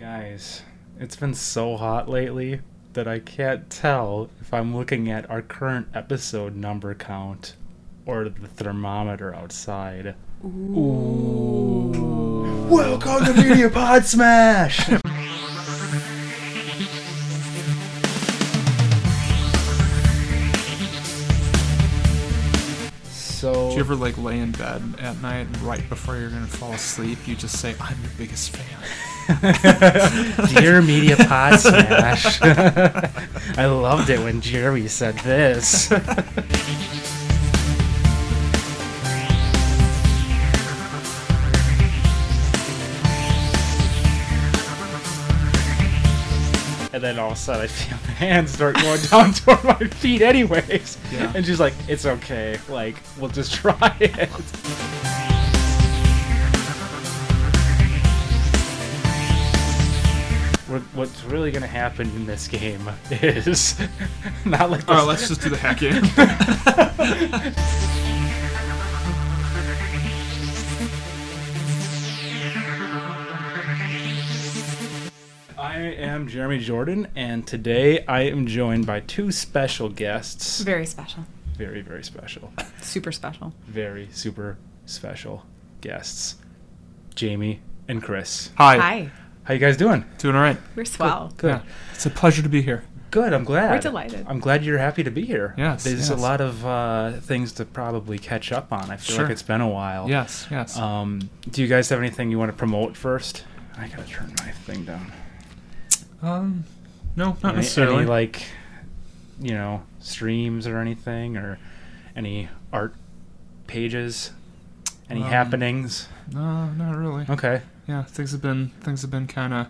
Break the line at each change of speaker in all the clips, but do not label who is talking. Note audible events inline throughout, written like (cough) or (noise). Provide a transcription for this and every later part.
Guys, it's been so hot lately that I can't tell if I'm looking at our current episode number count or the thermometer outside. Ooh. Welcome to
(laughs)
Media Pod (laughs) Smash! so.
Do you ever like lay in bed at night and right before you're gonna fall asleep, you just say, "I'm your biggest fan."
(laughs) (laughs) Dear Media Pod Smash. (laughs) I loved it when (laughs) Jeremy said this. (laughs) And then all of a sudden, I feel my hands start going down (laughs) toward my feet, anyways.
Yeah.
And she's like, "It's okay. Like, we'll just try it." What, what's really gonna happen in this game is (laughs) not like this.
All right, let's just do the hack in.
(laughs) I am Jeremy Jordan, and today I am joined by two special guests.
Very special.
Very, very special.
Super special.
Very super special guests. Jamie and Chris.
Hi.
Hi.
How you guys doing?
Doing all right.
We're swell.
Good.
Yeah. It's a pleasure to be here.
Good. I'm glad.
We're delighted.
I'm glad you're happy to be here.
Yes,
There's a
yes.
lot of uh, things to probably catch up on. I feel
Sure.
like it's been a while.
Yes. Yes.
Um, do you guys have anything you want to promote first? I gotta turn my thing down.
Um, no, not
any,
necessarily.
Any, like, you know, streams or anything, or any art pages, any
Um,
happenings?
no, not really.
Okay.
Yeah, things have been things have been kind of,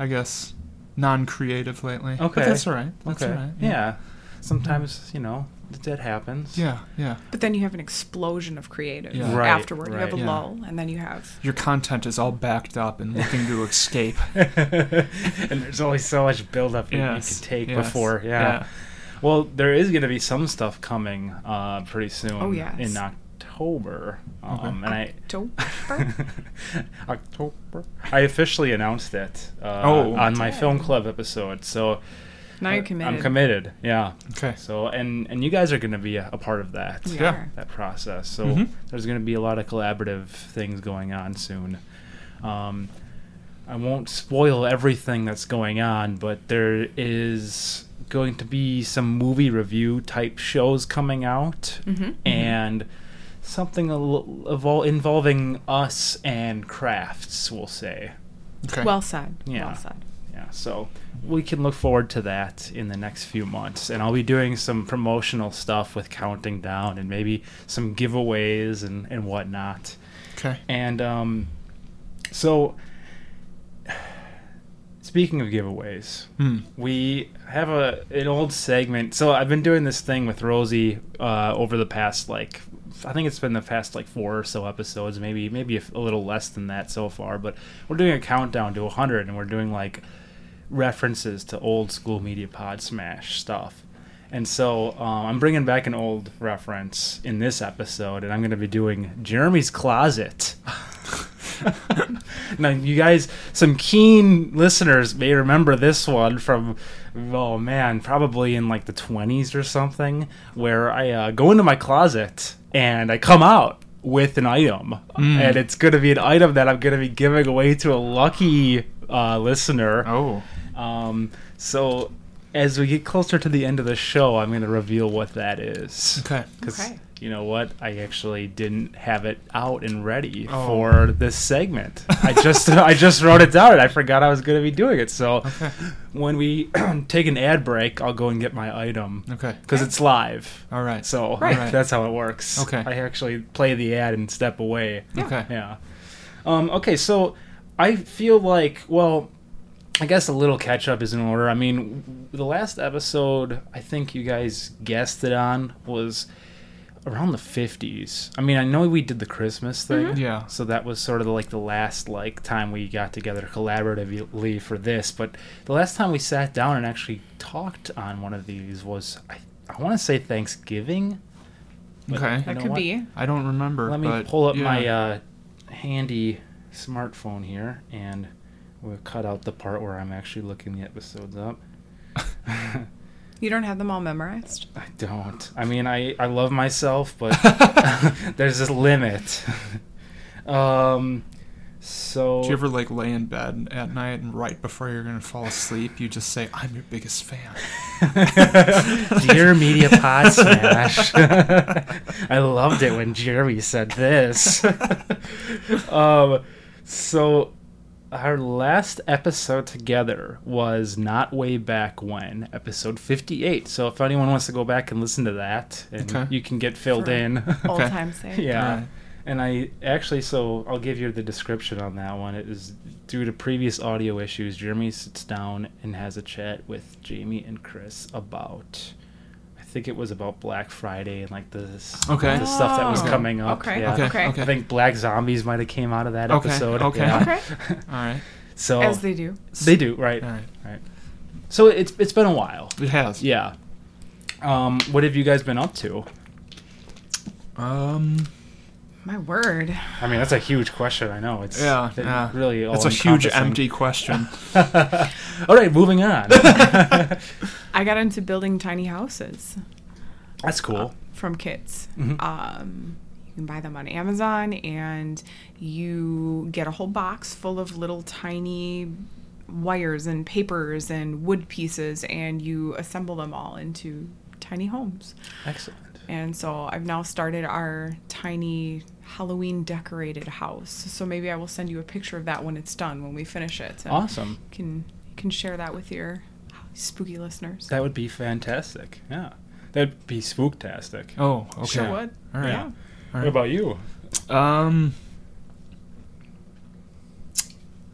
I guess, non-creative lately. But
Okay.
that's all right. That's
okay.
all right.
Yeah. Sometimes you know th- that happens.
Yeah. Yeah.
But then you have an explosion of creative
Yeah.
Right,
afterward. you have a
right.
Yeah.
lull, and then you have.
Your content is all backed up and looking to escape.
(laughs) and there's only so much buildup you-
Yes,
you can take
yes,
before. Yeah. Well, there is going to be some stuff coming uh, pretty soon.
Oh, yes.
In October. Um,
Okay.
And I.
October?
(laughs) October. I officially announced it uh,
Oh.
on my film club episode. So
Now you're
I-
committed.
I'm committed. Yeah.
Okay.
So and and you guys are going to be a, a part of that
We
Yeah.
are.
that process. So
Mhm.
there's going to be a lot of collaborative things going on soon. Um, I won't spoil everything that's going on, but there is going to be some movie review type shows coming out,
Mhm.
and something a l- evol- involving us and crafts, we'll say.
Okay.
Well said.
Yeah.
Well said.
Yeah, so we can look forward to that in the next few months. And I'll be doing some promotional stuff with counting down and maybe some giveaways and, and whatnot.
Okay.
And um, so, (sighs) speaking of giveaways,
Hmm.
we have a an old segment. So I've been doing this thing with Rosie uh, over the past like I think it's been the past like four or so episodes, maybe maybe a, f- a little less than that so far. But we're doing a countdown to hundred, and we're doing like references to old school media pod smash stuff. And so um, I'm bringing back an old reference in this episode, and I'm going to be doing Jeremy's Closet. (laughs) now, you guys, some keen listeners may remember this one from, oh man, probably in like the 20s or something, where I uh, go into my closet and I come out with an item. And it's going to be an item that I'm going to be giving away to a lucky uh, listener.
Oh.
Um, so as we get closer to the end of the show, I'm going to reveal what that is.
Okay.
Because
Okay.
you know what? I actually didn't have it out and ready
Oh.
for this segment. I just (laughs) I just wrote it down and I forgot I was going to be doing it. So when we (clears throat) take an ad break, I'll go and get my item.
Okay.
Because it's live.
All right.
So
Right.
that's how it works.
Okay.
I actually play the ad and step away.
Okay.
Yeah. Um, okay, so I feel like, well, I guess a little catch up is in order. I mean, w- the last episode I think you guys guessed it on was around the 50s. I mean, I know we did the Christmas thing.
Mm-hmm. Yeah.
So that was sort of like the last like time we got together collaboratively for this, but the last time we sat down and actually talked on one of these was I, I want to say Thanksgiving. but
Okay.
you
That
know
could
what?
be.
I don't remember.
Let me
but
pull up
yeah.
my uh, handy smartphone here, and We'll cut out the part where I'm actually looking the episodes up. (laughs) uh,
(laughs)
You don't have them all memorized?
I don't. I mean, I, I love myself,
(laughs)
but (laughs) there's a limit. (laughs) um, so
Do you ever like lay in bed at night and right before you're gonna fall asleep, you just say, "I'm your biggest fan."
(laughs) Dear Media
(laughs)
Pod Smash. (laughs) I loved it when Jeremy said
(laughs)
this. (laughs) um, so our last episode together was not way back when episode 58 so if anyone wants to go back and listen to that and
Okay.
you can get filled
For-
in
Old
Okay.
time sake.
yeah.
Alright.
And I actually, so I'll give you the description on that one. It is due to previous audio issues, Jeremy sits down and has a chat with Jamie and Chris about, I think it was about Black Friday and like this,
Okay.
the stuff that was
Oh,
coming up.
Okay.
Yeah.
Okay,
Okay.
okay.
I think Black Zombies might have came out of that
Okay,
episode.
okay.
Yeah.
Okay.
All right.
(laughs) so
As
they,
they
do,
do.
right?
All right.
Right. So it's it's been a while.
It has.
Yeah. Um, what have you guys been up to?
Um.
My word.
I mean, that's a huge question. I know it's
Yeah.
it
yeah.
really.
It's a huge
all-encompassing.
empty question.
(laughs)
(laughs)
All right, moving on. (laughs)
I got into building tiny houses
That's cool.
from kits.
Mhm.
Um, you can buy them on Amazon and you get a whole box full of little tiny wires and papers and wood pieces and you assemble them all into tiny homes.
Excellent.
And so I've now started our tiny Halloween decorated house. So maybe I will send you a picture of that when it's done, when we finish it. And
Awesome.
you can you can share that with your spooky listeners.
That would be fantastic. Yeah. That'd be spooktastic.
Oh. Okay.
Sure
would.
All right.
Yeah.
All
What
right.
about you?
Um,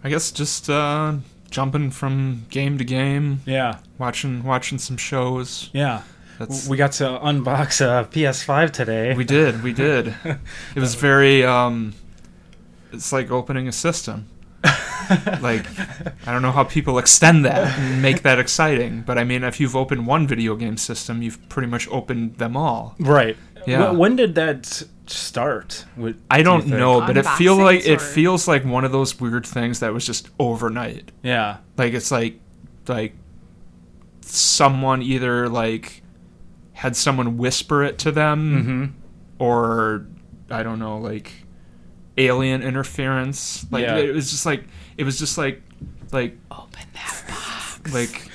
I guess just uh, jumping from game to game,
Yeah.
watching watching some shows.
Yeah.
That's
We got to unbox uh, a PS5 today.
we did
(laughs)
we did. It was very um, it's like opening a system. like I don't know how people extend that and make that exciting, but I mean, if you've opened one video game system, you've pretty much opened them all.
Right.
Yeah.
Wh- When did that s- start? What,
I
do you
don't
think?
know, but it feel
Unboxings
like
or-
it feels like one of those weird things that was just overnight.
Yeah.
like it's like like someone either like had someone whisper it to them
Mm-hmm.
or i don't know like alien interference like
Yeah.
it was just like it was just like like
Open that
(laughs)
box.
like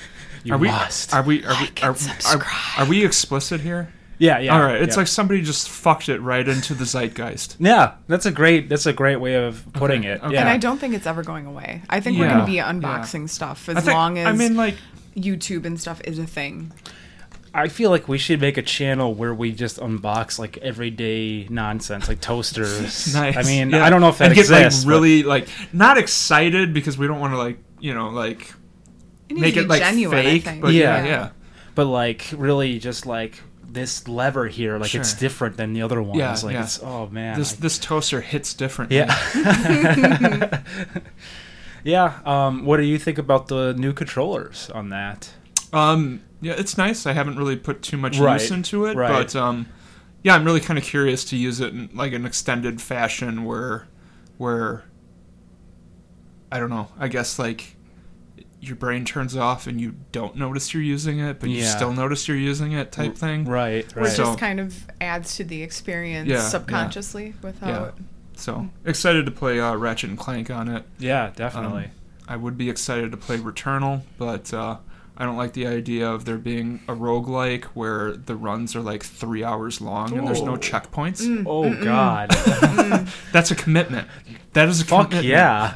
You
are we
must.
are we are
Like
we are,
and
are,
subscribe.
are we explicit here
yeah. Yeah.
all right it's
yeah.
like somebody just fucked it right into the zeitgeist
Yeah. That's a great. That's a great way of putting
Okay,
it.
okay.
Yeah.
And I don't think it's ever going away. I think we're
Yeah.
going to be
Yeah.
unboxing stuff as
I think-
long as
i mean like
YouTube and stuff is a thing.
I feel like we should make a channel where we just unbox like everyday nonsense, like toasters.
(laughs) Nice.
I mean,
Yeah.
I don't know if that
and get,
exists.
Like, really, like not excited because we don't want to like you know like
It needs
make
to be
it like
genuine,
fake.
I think.
But yeah, yeah.
Yeah. but, but like really, just like this lever here, like it's
Sure.
different than the other ones.
Yeah,
like
yeah.
it's oh man.
This
I-
this toaster hits different. (laughs)
yeah. (laughs) yeah. Um, what do you think about the new controllers on that?
Um. Yeah, it's nice. I haven't really put too much
Right,
use into it,
right.
but um, yeah, I'm really kind of curious to use it in like an extended fashion where, where. I don't know. I guess like. Your brain turns off and you don't notice you're using it, but you
Yeah.
still notice you're using it, type thing.
Right.
Where
Right.
it
So-
just kind of adds to the experience
Yeah, yeah.
subconsciously without.
Yeah. So excited to play uh, Ratchet and Clank on it.
yeah.
Um,
Definitely.
I would be excited to play Returnal, but uh, I don't like the idea of there being a roguelike where the runs are like three hours long and there's no
Ooh.
checkpoints.
mm,
oh
(laughs)
God.
That's a commitment. That is a
Fuck
commitment. (laughs)
yeah.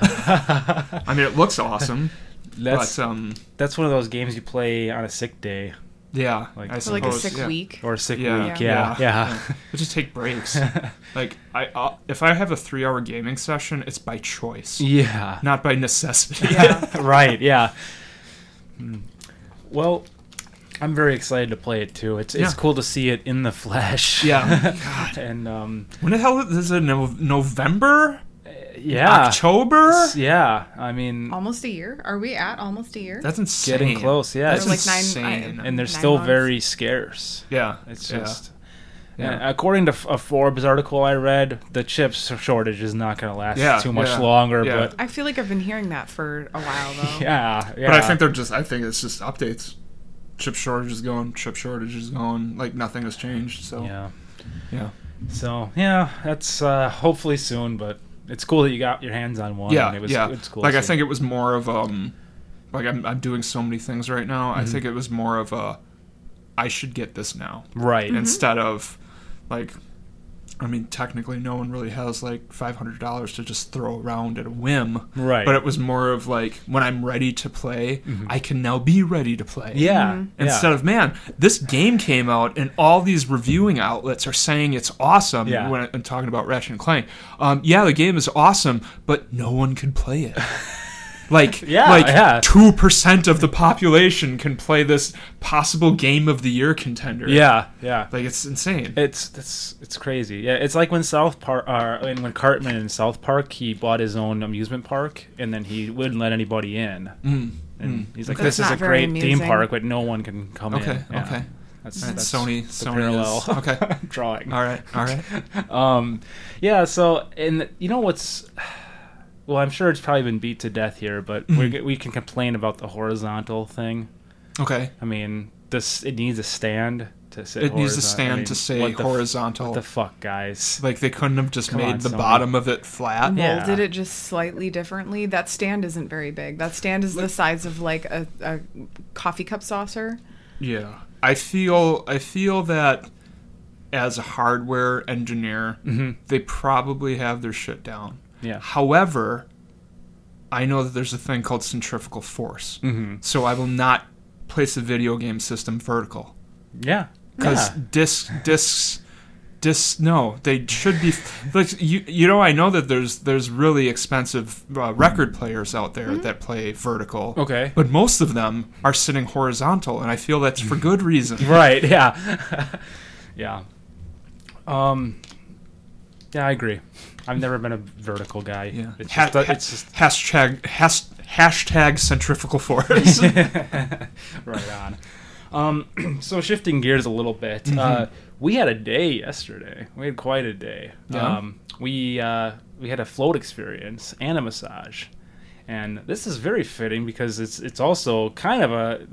I mean, it looks awesome,
(laughs) That's
but um,
that's one of those games you play on a sick day
yeah,
Like- Or
I
For
suppose.
like a sick
yeah.
week.
or a sick
Yeah,
week. Yeah. Yeah. (laughs)
But just take breaks. like I, uh, if I have a three-hour gaming session, it's by choice,
yeah. (laughs)
not by necessity.
Yeah.
right, yeah. Mm. Well, I'm very excited to play it too. It's it's
Yeah.
cool to see it in the flesh. (laughs)
Yeah.
and um,
(laughs) when the hell is it? No- November,
yeah,
October?
It's- yeah. I mean,
Almost a year. Are we at almost a year?
That's insane.
getting close. Yeah,
That's
it's-
Or like nine-
insane.
I-
and they're
nine
still
months.
very scarce.
yeah,
It's
yeah.
just And according to a Forbes article I read, the chips shortage is not going to last
Yeah,
too much
yeah,
longer.
yeah.
But
I feel like I've been hearing that for
(laughs)
a while though.
(laughs) yeah, yeah.
But I think they're just. I think it's just updates. Chip shortage is going. Chip shortage is going. Like nothing has changed. So
yeah.
yeah.
So yeah, that's uh, hopefully soon. But it's cool that you got your hands on one.
yeah,
and it was,
yeah.
It's cool.
like I
seeing-
think it was more of um, like I'm I'm doing so many things right now. I
Mm-hmm.
think it was more of a, I should get this now
right.
instead of, like, I mean technically no one really has like five hundred dollars to just throw around at a whim.
Right. Mm-hmm.
But it was more of like when I'm ready to play, I can now be ready to play.
yeah.
Mm-hmm.
yeah.
Instead of man, this game came out and all these reviewing outlets are saying it's awesome.
Yeah.
When I'm talking about Ratchet and Clank, um, yeah, the game is awesome, but no one can play
(laughs)
it. Like,
Yeah, yeah.
like two percent of the population can play this possible game of the year contender.
yeah, yeah.
like it's insane.
It's it's it's crazy. Yeah, it's like when South Park, uh, and when Cartman in South Park, he bought his own amusement park, and then he wouldn't let anybody in. Mm. And he's like,
That's
"This is
not
a
very
great
amusing.
theme park, but no one can come in."
Hmm. okay,
Yeah.
okay.
That's, that's
That's Sony.
the
Sony
parallel
is okay.
(laughs) drawing.
All right, all right.
um, yeah. So, and you know what's? Well, I'm sure it's probably been beat to death here, but
Mm-hmm.
we we can complain about the horizontal thing.
Okay,
I mean, this it needs a stand to sit.
it needs
horizon-
to
I
stand
mean,
to say
what the f-
horizontal.
what the fuck, guys?
like they couldn't have just
Come
made
on,
the
Sony.
bottom of it flat.
Yeah.
molded it just slightly differently. That stand isn't very big. That stand is the size of like a, a coffee cup saucer.
Yeah. I feel I feel that as a hardware engineer, they probably have their shit down.
Mm-hmm. Yeah.
However, I know that there's a thing called centrifugal force.
Mm.
Mm-hmm. So I will not place a video game system vertical
Yeah.
because
Yeah.
disc discs discs no they should be like you you know I know that there's there's really expensive uh, record players out there that play vertical
Mm-hmm. Okay.
but most of them are sitting horizontal and I feel that's for good reason
Mm-hmm. right. (laughs) Yeah. yeah. Um. Yeah, I agree. I've never been a vertical guy.
Yeah.
It's
Ha-
just, that-
ha-
it's just
hashtag has, hashtag centrifugal force.
(laughs) right on. Um, (clears throat) so shifting gears a little bit, uh,
Mm-hmm.
we had a day yesterday. We had quite a day.
Yeah.
Um, we uh, we had a float experience and a massage, and this is very fitting because it's it's also kind of a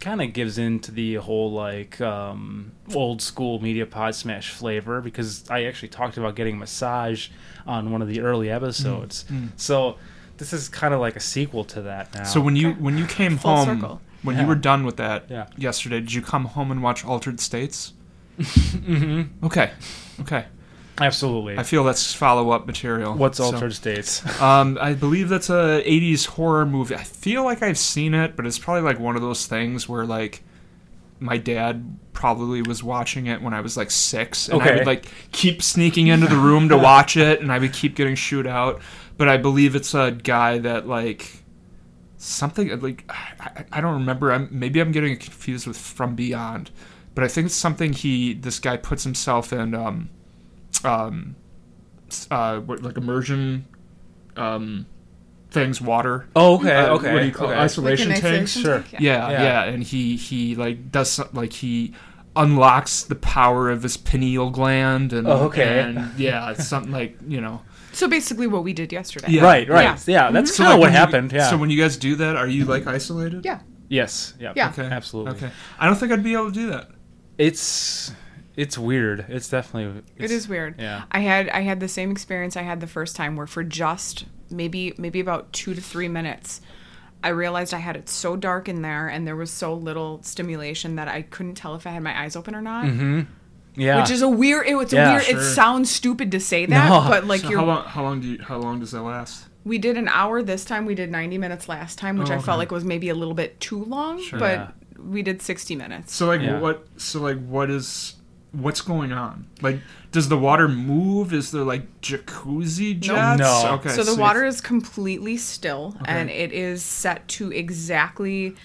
kind of gives into the whole like um, old school media pod smash flavor because I actually talked about getting a massage on one of the early episodes.
Mm.
So this is kind of like a sequel to that now.
so when you when you came
Full
home,
circle.
when
Yeah.
you were done with that
Yeah.
yesterday, did you come home and watch
(laughs)
Altered States? mm-hmm. Okay, okay.
absolutely.
I feel that's follow up material.
What's
So,
Altered
(laughs)
States?
Um, I believe that's a '80s horror movie. I feel like I've seen it, but it's probably like one of those things where like. My dad probably was watching it when I was like six, and I
Okay.
would like keep sneaking into the room to watch it, and I would keep getting shoot out. But I believe it's a guy that like something like I, I- I don't remember. I'm, maybe I'm getting it confused with From Beyond, but I think it's something he this guy puts himself in um um s- uh what- like immersion um things water.
Oh, okay,
Uh,
okay,
what do you call it?
okay.
Like
Isolation
an
tanks.
isolation
sure.
tank?
Yeah,
Yeah.
yeah, and he he like does some- like he unlocks the power of his pineal gland and
Oh, okay.
and yeah, it's something like you know.
So basically, what we did yesterday.
Yeah.
Right, right. Yeah,
Yeah.
(laughs)
Mm-hmm.
that's
So
kind
like,
of what
when you-
happened. Yeah.
So when you guys do that, are you like isolated?
Yeah.
yes. Yeah.
Yeah.
Okay.
Absolutely.
Okay. I don't think I'd be able to do that.
It's it's weird. It's definitely.
It
It's,
is weird.
yeah.
I had I had the same experience I had the first time where for just maybe maybe about 2 to 3 minutes I realized I had it so dark in there and there was so little stimulation that I couldn't tell if I had my eyes open or not.
Mm,
Mm-hmm.
Yeah.
Which is a weird it, it's a
Yeah,
weird it
sure.
sounds stupid to say that,
No.
but like
So
you're
how long? How long do you? How long does that last?
we did an hour this time, we did 90 minutes last time, which
Oh,
I
okay.
felt like was maybe a little bit too long, but
Yeah.
we did 60 minutes.
So like
Yeah.
what? So like what is? What's going on? Like, does the water move? Is there like jacuzzi jets?
No.
Okay.
so the
you-
water is completely still and it is set to exactly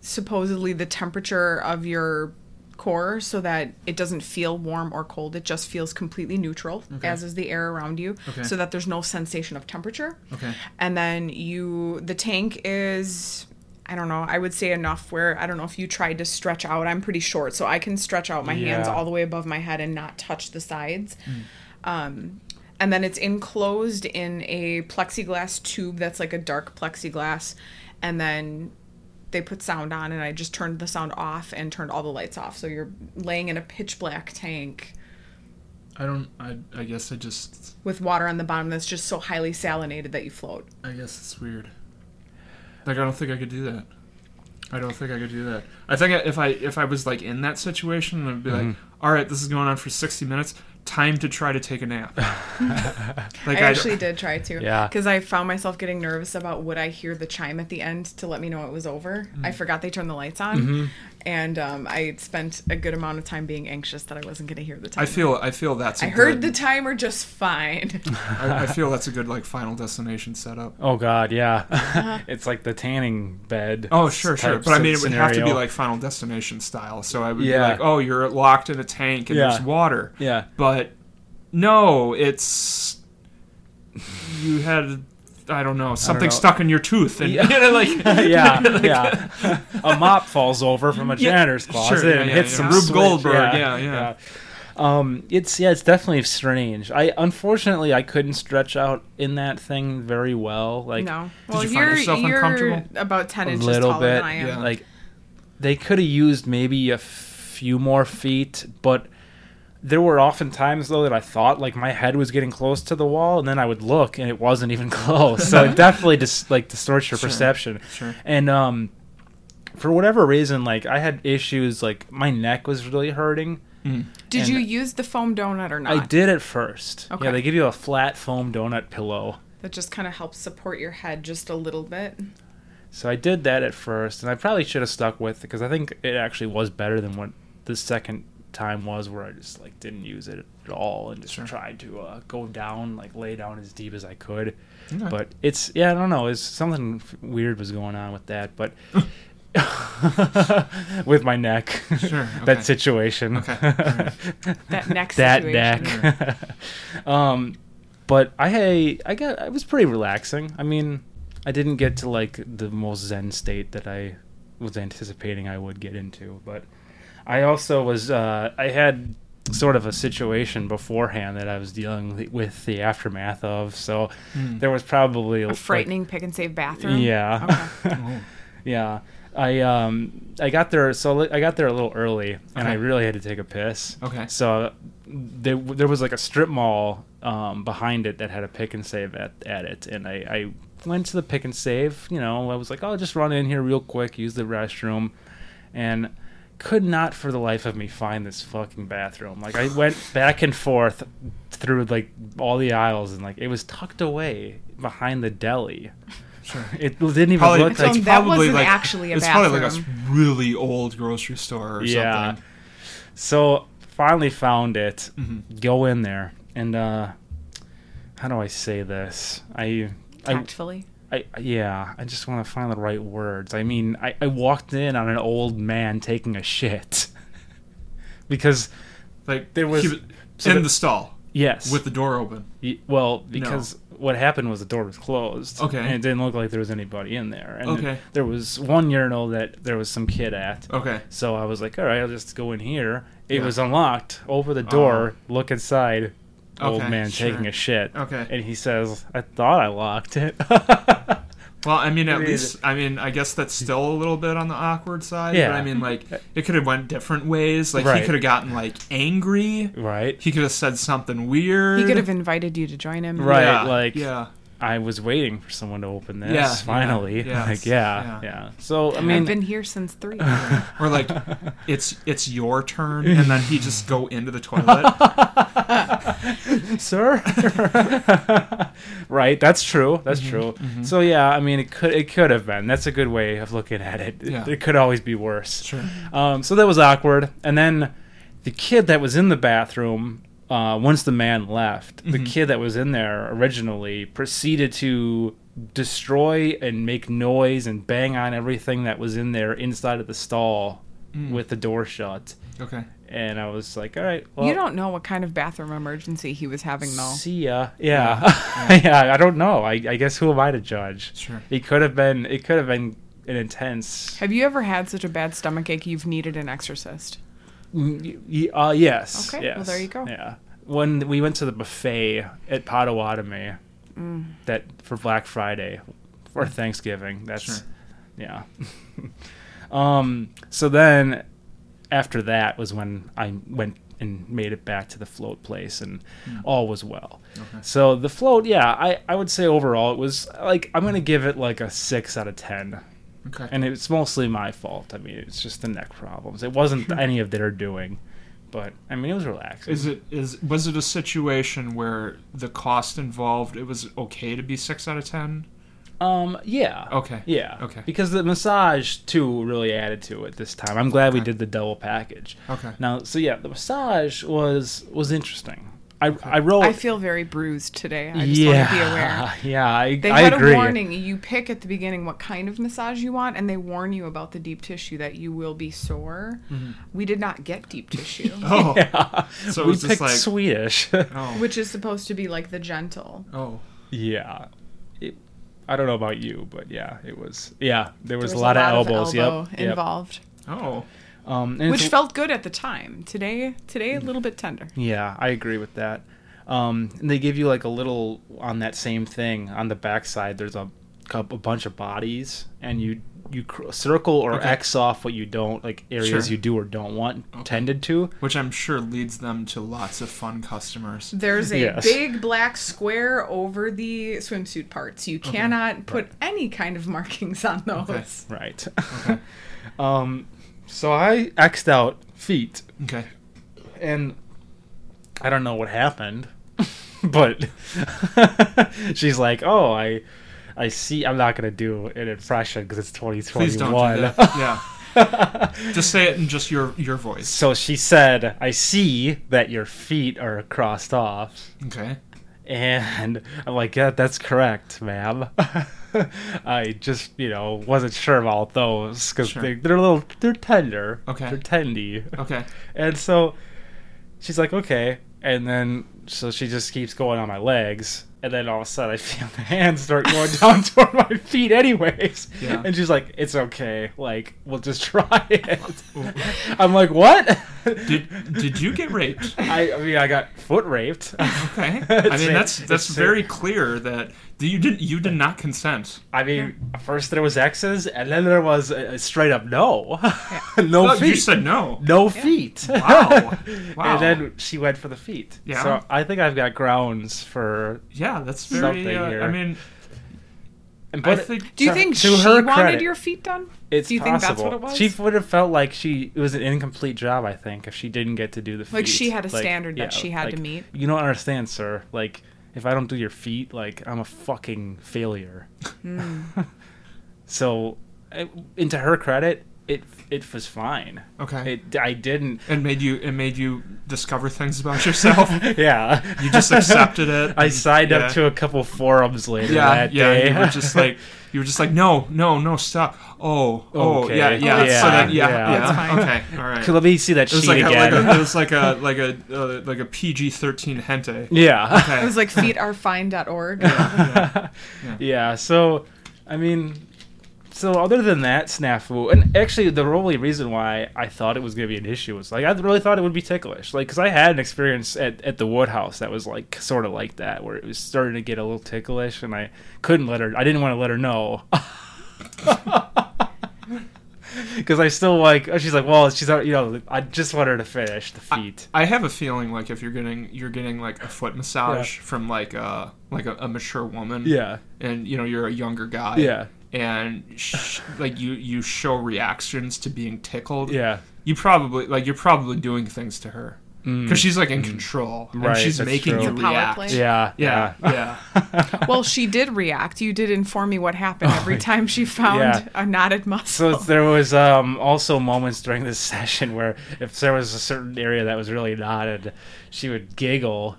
supposedly the temperature of your core so that it doesn't feel warm or cold it just feels completely neutral as is the air around you
Okay.
so that there's no sensation of temperature
Okay.
and then you the tank is I don't know, I would say enough where I don't know if you tried to stretch out. I'm pretty short, so I can stretch out my hands
Yeah.
all the way above my head and not touch the sides. Um, and then it's enclosed in a plexiglass tube that's like a dark plexiglass. And then they put sound on, and I just turned the sound off and turned all the lights off. So you're laying in a pitch black tank
I don't. I, I guess I just.
with water on the bottom that's just so highly salinated that you float.
I guess it's weird. Like I don't think I could do that. I don't think I could do that. I think if I if I was like in that situation, I'd be like,
Mm-hmm.
all right, this is going on for sixty minutes. Time to try to take
(laughs)
a nap. (laughs) like
I actually did try to.
Yeah.
Because I found myself getting nervous about would I hear the chime at the end to let me know it was over.
Mm.
I forgot they turned the lights on.
Mm-hmm.
And um, I spent a good amount of time being anxious that I wasn't going to hear the
I
timer.
feel I feel that's. a
I heard the
good,
timer just fine.
I, I feel that's a good like Final Destination setup.
Oh God,
Uh-huh.
yeah. (laughs) it's like the tanning bed.
Oh sure, sure,
type
but I mean it
s-
would have to be
scenario.
like Final Destination style. So I would
Yeah.
be like, oh, you're locked in a tank and
Yeah.
there's water.
yeah.
but no, it's you had I don't know something
know.
stuck in your tooth and
Yeah.
(laughs) you know,
(laughs)
like
yeah, yeah. (laughs) a mop falls over from a
Yeah,
janitor's
sure,
closet
yeah,
and
yeah,
hits
yeah.
some
Rube
switch.
Goldberg, yeah, yeah.
Um, it's yeah, it's definitely strange. I unfortunately I couldn't stretch out in that thing very well. (laughs) Like
(laughs) no.
Did
well,
you find
you're,
yourself
you're
uncomfortable?
about 10
a
inches
little
taller
bit.
than I am.
yeah.
Like they could have used maybe a few more feet, but there were often times though that I thought like my head was getting close to the wall, and then I would look and it wasn't even (laughs) close. so
(laughs)
it definitely just like distorts your
Sure.
perception.
Sure.
And um, for whatever reason, like I had issues. Like my neck was really hurting.
Did
and-
you use the foam donut or not?
I did at first.
Okay.
Yeah, they give you a flat foam donut pillow.
That just kind of helps support your head just a little bit.
So I did that at first, and I probably should have stuck with it because I think it actually was better than what the second time was, where I just like didn't use it at all and just
Sure.
tried to uh, go down, like lay down as deep as I could.
Okay. (laughs)
But it's yeah, I don't know, it's something f- weird was going on with that, but (laughs) with my neck,
Sure,
(laughs)
okay.
that situation, (laughs)
Okay, alright.
That neck
that
situation.
neck. (laughs) um, but I had- I got it was pretty relaxing. I mean, I didn't get to like the most zen state that I was anticipating I would get into, but I also was uh, I had sort of a situation beforehand that I was dealing with the aftermath of, so
Hmm.
there was probably
A
like,
frightening pick and save bathroom.
yeah.
Okay.
Oh.
(laughs) Yeah. I um I got there so li- I got there a little early and I
Okay.
really had to take a piss.
Okay.
So there there was like a strip mall um behind it that had a pick and save at, at it and I I went to the pick and save, you know, I was like, "I'll just run in here real quick, use the restroom." And could not for the life of me find this fucking bathroom. Like I went back and forth through like all the aisles and like it was tucked away behind the deli.
Sure.
It didn't even
Probably,
look
it's
So
like
that wasn't
like,
actually a
it's probably like a really old grocery store or
Yeah.
something.
So finally found it.
Mhm.
Go in there and uh how do I say this? I I,
Tactfully.
I yeah, I just want to find the right words. I mean, I, I walked in on an old man taking a shit. (laughs) because
Like
There was-
he w-
so
in
the-
the, stall
yes.
with the door open.
Y- well, because what happened was the door was closed.
Okay.
And it didn't look like there was anybody in there. And
Okay.
there was one urinal that there was some kid at.
Okay.
So I was like, all right, I'll just go in here. It
Yeah. Oh.
was unlocked. Open the door, look inside. Old
Okay,
man
sure.
taking a shit.
Okay.
And he says, I thought I locked it. (laughs)
Well, I mean, at
Read
least I mean, I guess that's still a little bit on the awkward side.
Yeah.
But I mean, like it could have went different ways. Like
Right.
he could have gotten like angry.
right?
He could have said something weird.
He could have invited you to join him.
Right.
Yeah,
like-
yeah.
I was waiting for someone to open this.
Yeah, yeah,
finally.
yeah,
(laughs) like, yeah,
yeah.
yeah. So, I
I have
mean,
been here since three.
or like it's it's your turn and then he just go into the toilet
(laughs) (laughs) sir (laughs) right that's true that's
Mm-hmm,
true so yeah i mean it could it could have been that's a good way of looking at it it,
Yeah.
it could always be worse
Sure.
um, so that was awkward and then the kid that was in the bathroom uh, once the man left the kid that was in there originally proceeded to destroy and make noise and bang on everything that was in there inside of the stall with the door shut
okay
and i was like all right well
you don't know what kind of bathroom emergency he was having, though.
See ya. (laughs) Yeah. Yeah. I don't know. I, I guess who am I to judge?
Sure.
It could have been. It could have been and intense.
Have you ever had such a bad stomach ache you've needed an exorcist?
Mm, y- y- Uh, yes.
Okay, well,
yes,
there you go.
Yeah. When we went to the buffet at Potawatomi,
Mm.
that for Black Friday or Thanksgiving. That's
Sure.
yeah. (laughs) um. So then, after that was when I went and made it back to the float place, and
Mm.
all was well.
Okay.
So the float, yeah, I I would say overall it was like I'm gonna give it like a six out of ten.
Okay.
and it's mostly my fault. I mean, it's just the neck problems. It wasn't any of their doing, but I mean, it was relaxing.
is it is was it a situation where the cost involved it was okay to be six out of ten?
Um, yeah.
Okay.
Yeah.
Okay.
Because the massage too really added to it this time. I'm glad we
Okay.
did the double package.
Okay.
Now, so yeah, the massage was was interesting. I I wrote.
I feel very bruised today. I just
yeah.
want to
(laughs)
be aware.
Yeah. I,
They
I
had
agree.
a warning. You pick at the beginning what kind of massage you want, and they warn you about the deep tissue that you will be sore.
Mm-hmm.
We did not get
(laughs)
deep tissue,
Oh.
(laughs) (laughs) Yeah.
So it
we
was just
picked
like-
Swedish. (laughs)
Oh.
which is supposed to be like the gentle.
Oh.
yeah. It, I don't know about you, but yeah, it was. Yeah, there was,
There
a lot, of elbows.
elbow
yep. yep.
involved,
Oh.
Um, and Mm-hmm.
which
it's-
felt good at the time. Today, today a little bit tender.
Yeah, I agree with that. Um, and they give you like a little on that same thing on the backside. There's a cou- a bunch of bodies, and you you cr- circle or
Okay.
X off what you don't like areas
Sure.
you do or don't want tended to.
Which I'm sure leads them to lots of fun customers.
There's a
Yes.
big black square over the swimsuit parts. You cannot put any kind of (laughs) markings on those.
Okay.
Right. (laughs) um, so I X'd out feet,
Okay.
and I don't know what happened, (laughs) but (laughs) she's like, "Oh, I." I see. I'm not gonna do an impression because it's 2021.
Please don't do
(laughs)
that. Yeah. just say it in just your your voice.
So she said, I see that your feet are crossed off.
Okay.
And I'm like, yeah, that's correct, ma'am. (laughs) I just, you know, wasn't sure about those because
Sure.
they, they're a little, they're tender.
Okay.
They're tendy.
Okay.
And so she's like, okay. And then, so she just keeps going on my legs. And then all of a sudden, I feel the hands start going down (laughs) toward my feet, anyways.
Yeah.
And she's like, it's okay. Like, we'll just try it.
(laughs)
I'm like, what?
Did did you get raped?
I, I mean, I got foot raped.
(laughs)
(laughs)
Okay.
It's
I
safe.
mean that's that's
It's safe.
very clear that you did you did not consent.
I mean, first there was X's, and then there was a, a straight up no, (laughs) no
Oh,
feet,
you said no.
no feet.
Wow. Wow.
(laughs) And then she went for the feet.
Yeah.
So I think I've got grounds for.
yeah, that's
Something
very. Uh,
here.
I mean,
and-
I
But
think.
Do you
To-
think
to
she
her
wanted
credit.
your feet done?
it's
do you think
possible.
that's what it was?
She would have felt like she it was an incomplete job. I think if she didn't get to do the feet,
Like, she had a standard that she had to
like,
meet.
You don't understand, sir. Like if I don't do your feet, like I'm a fucking failure.
Hmm.
(laughs) so, I- and to her credit, it it was fine.
Okay.
It, I didn't. (laughs)
it made you it made you discover things about yourself.
Yeah, (laughs)
you just accepted it.
I
and-
signed
yeah.
up to a couple forums later
yeah,
that
yeah.
day.
You were just like you were just like no, no, no, stop. Oh, oh,
Okay.
yeah, yeah,
Oh, that's
so then-
fine.
yeah,
Yeah.
yeah.
That's
fine.
Okay, all
(laughs)
right.
let me see that
It was
sheet
like a, like
again.
a, it was like a like a uh, like a PG thirteen hente.
(laughs) (laughs) yeah.
Okay.
It was
(laughs)
like feetarefine.org.
Yeah, so I mean so other than that snafu and actually the only reason why I thought it was going to be an issue was like I really thought it would be ticklish. Like cuz I had an experience at at the Woodhouse that was like sort of like that where it was starting to get a little ticklish and I couldn't let her I didn't want to let her know. (laughs) Cuz I still like uh, she's like well she's you know I just want her to finish the feet.
I have a feeling like if you're getting you're getting like a foot massage from like a like a, a mature woman.
yeah.
and you know you're a younger guy.
Yeah.
And sh- like you, you show reactions to being tickled.
Yeah.
you probably like you're probably doing things to her because she's like in control
Mm. Right,
and she's
that's
making
true.
you
It's
a power
react.
play.
Yeah.
Yeah, yeah.
(laughs)
well, she did react. You did inform me what happened every time she found
Oh, Yeah.
a knotted
So
muscle.
there was um, also moments during this (laughs) session where if there was a certain area that was really knotted, she would giggle,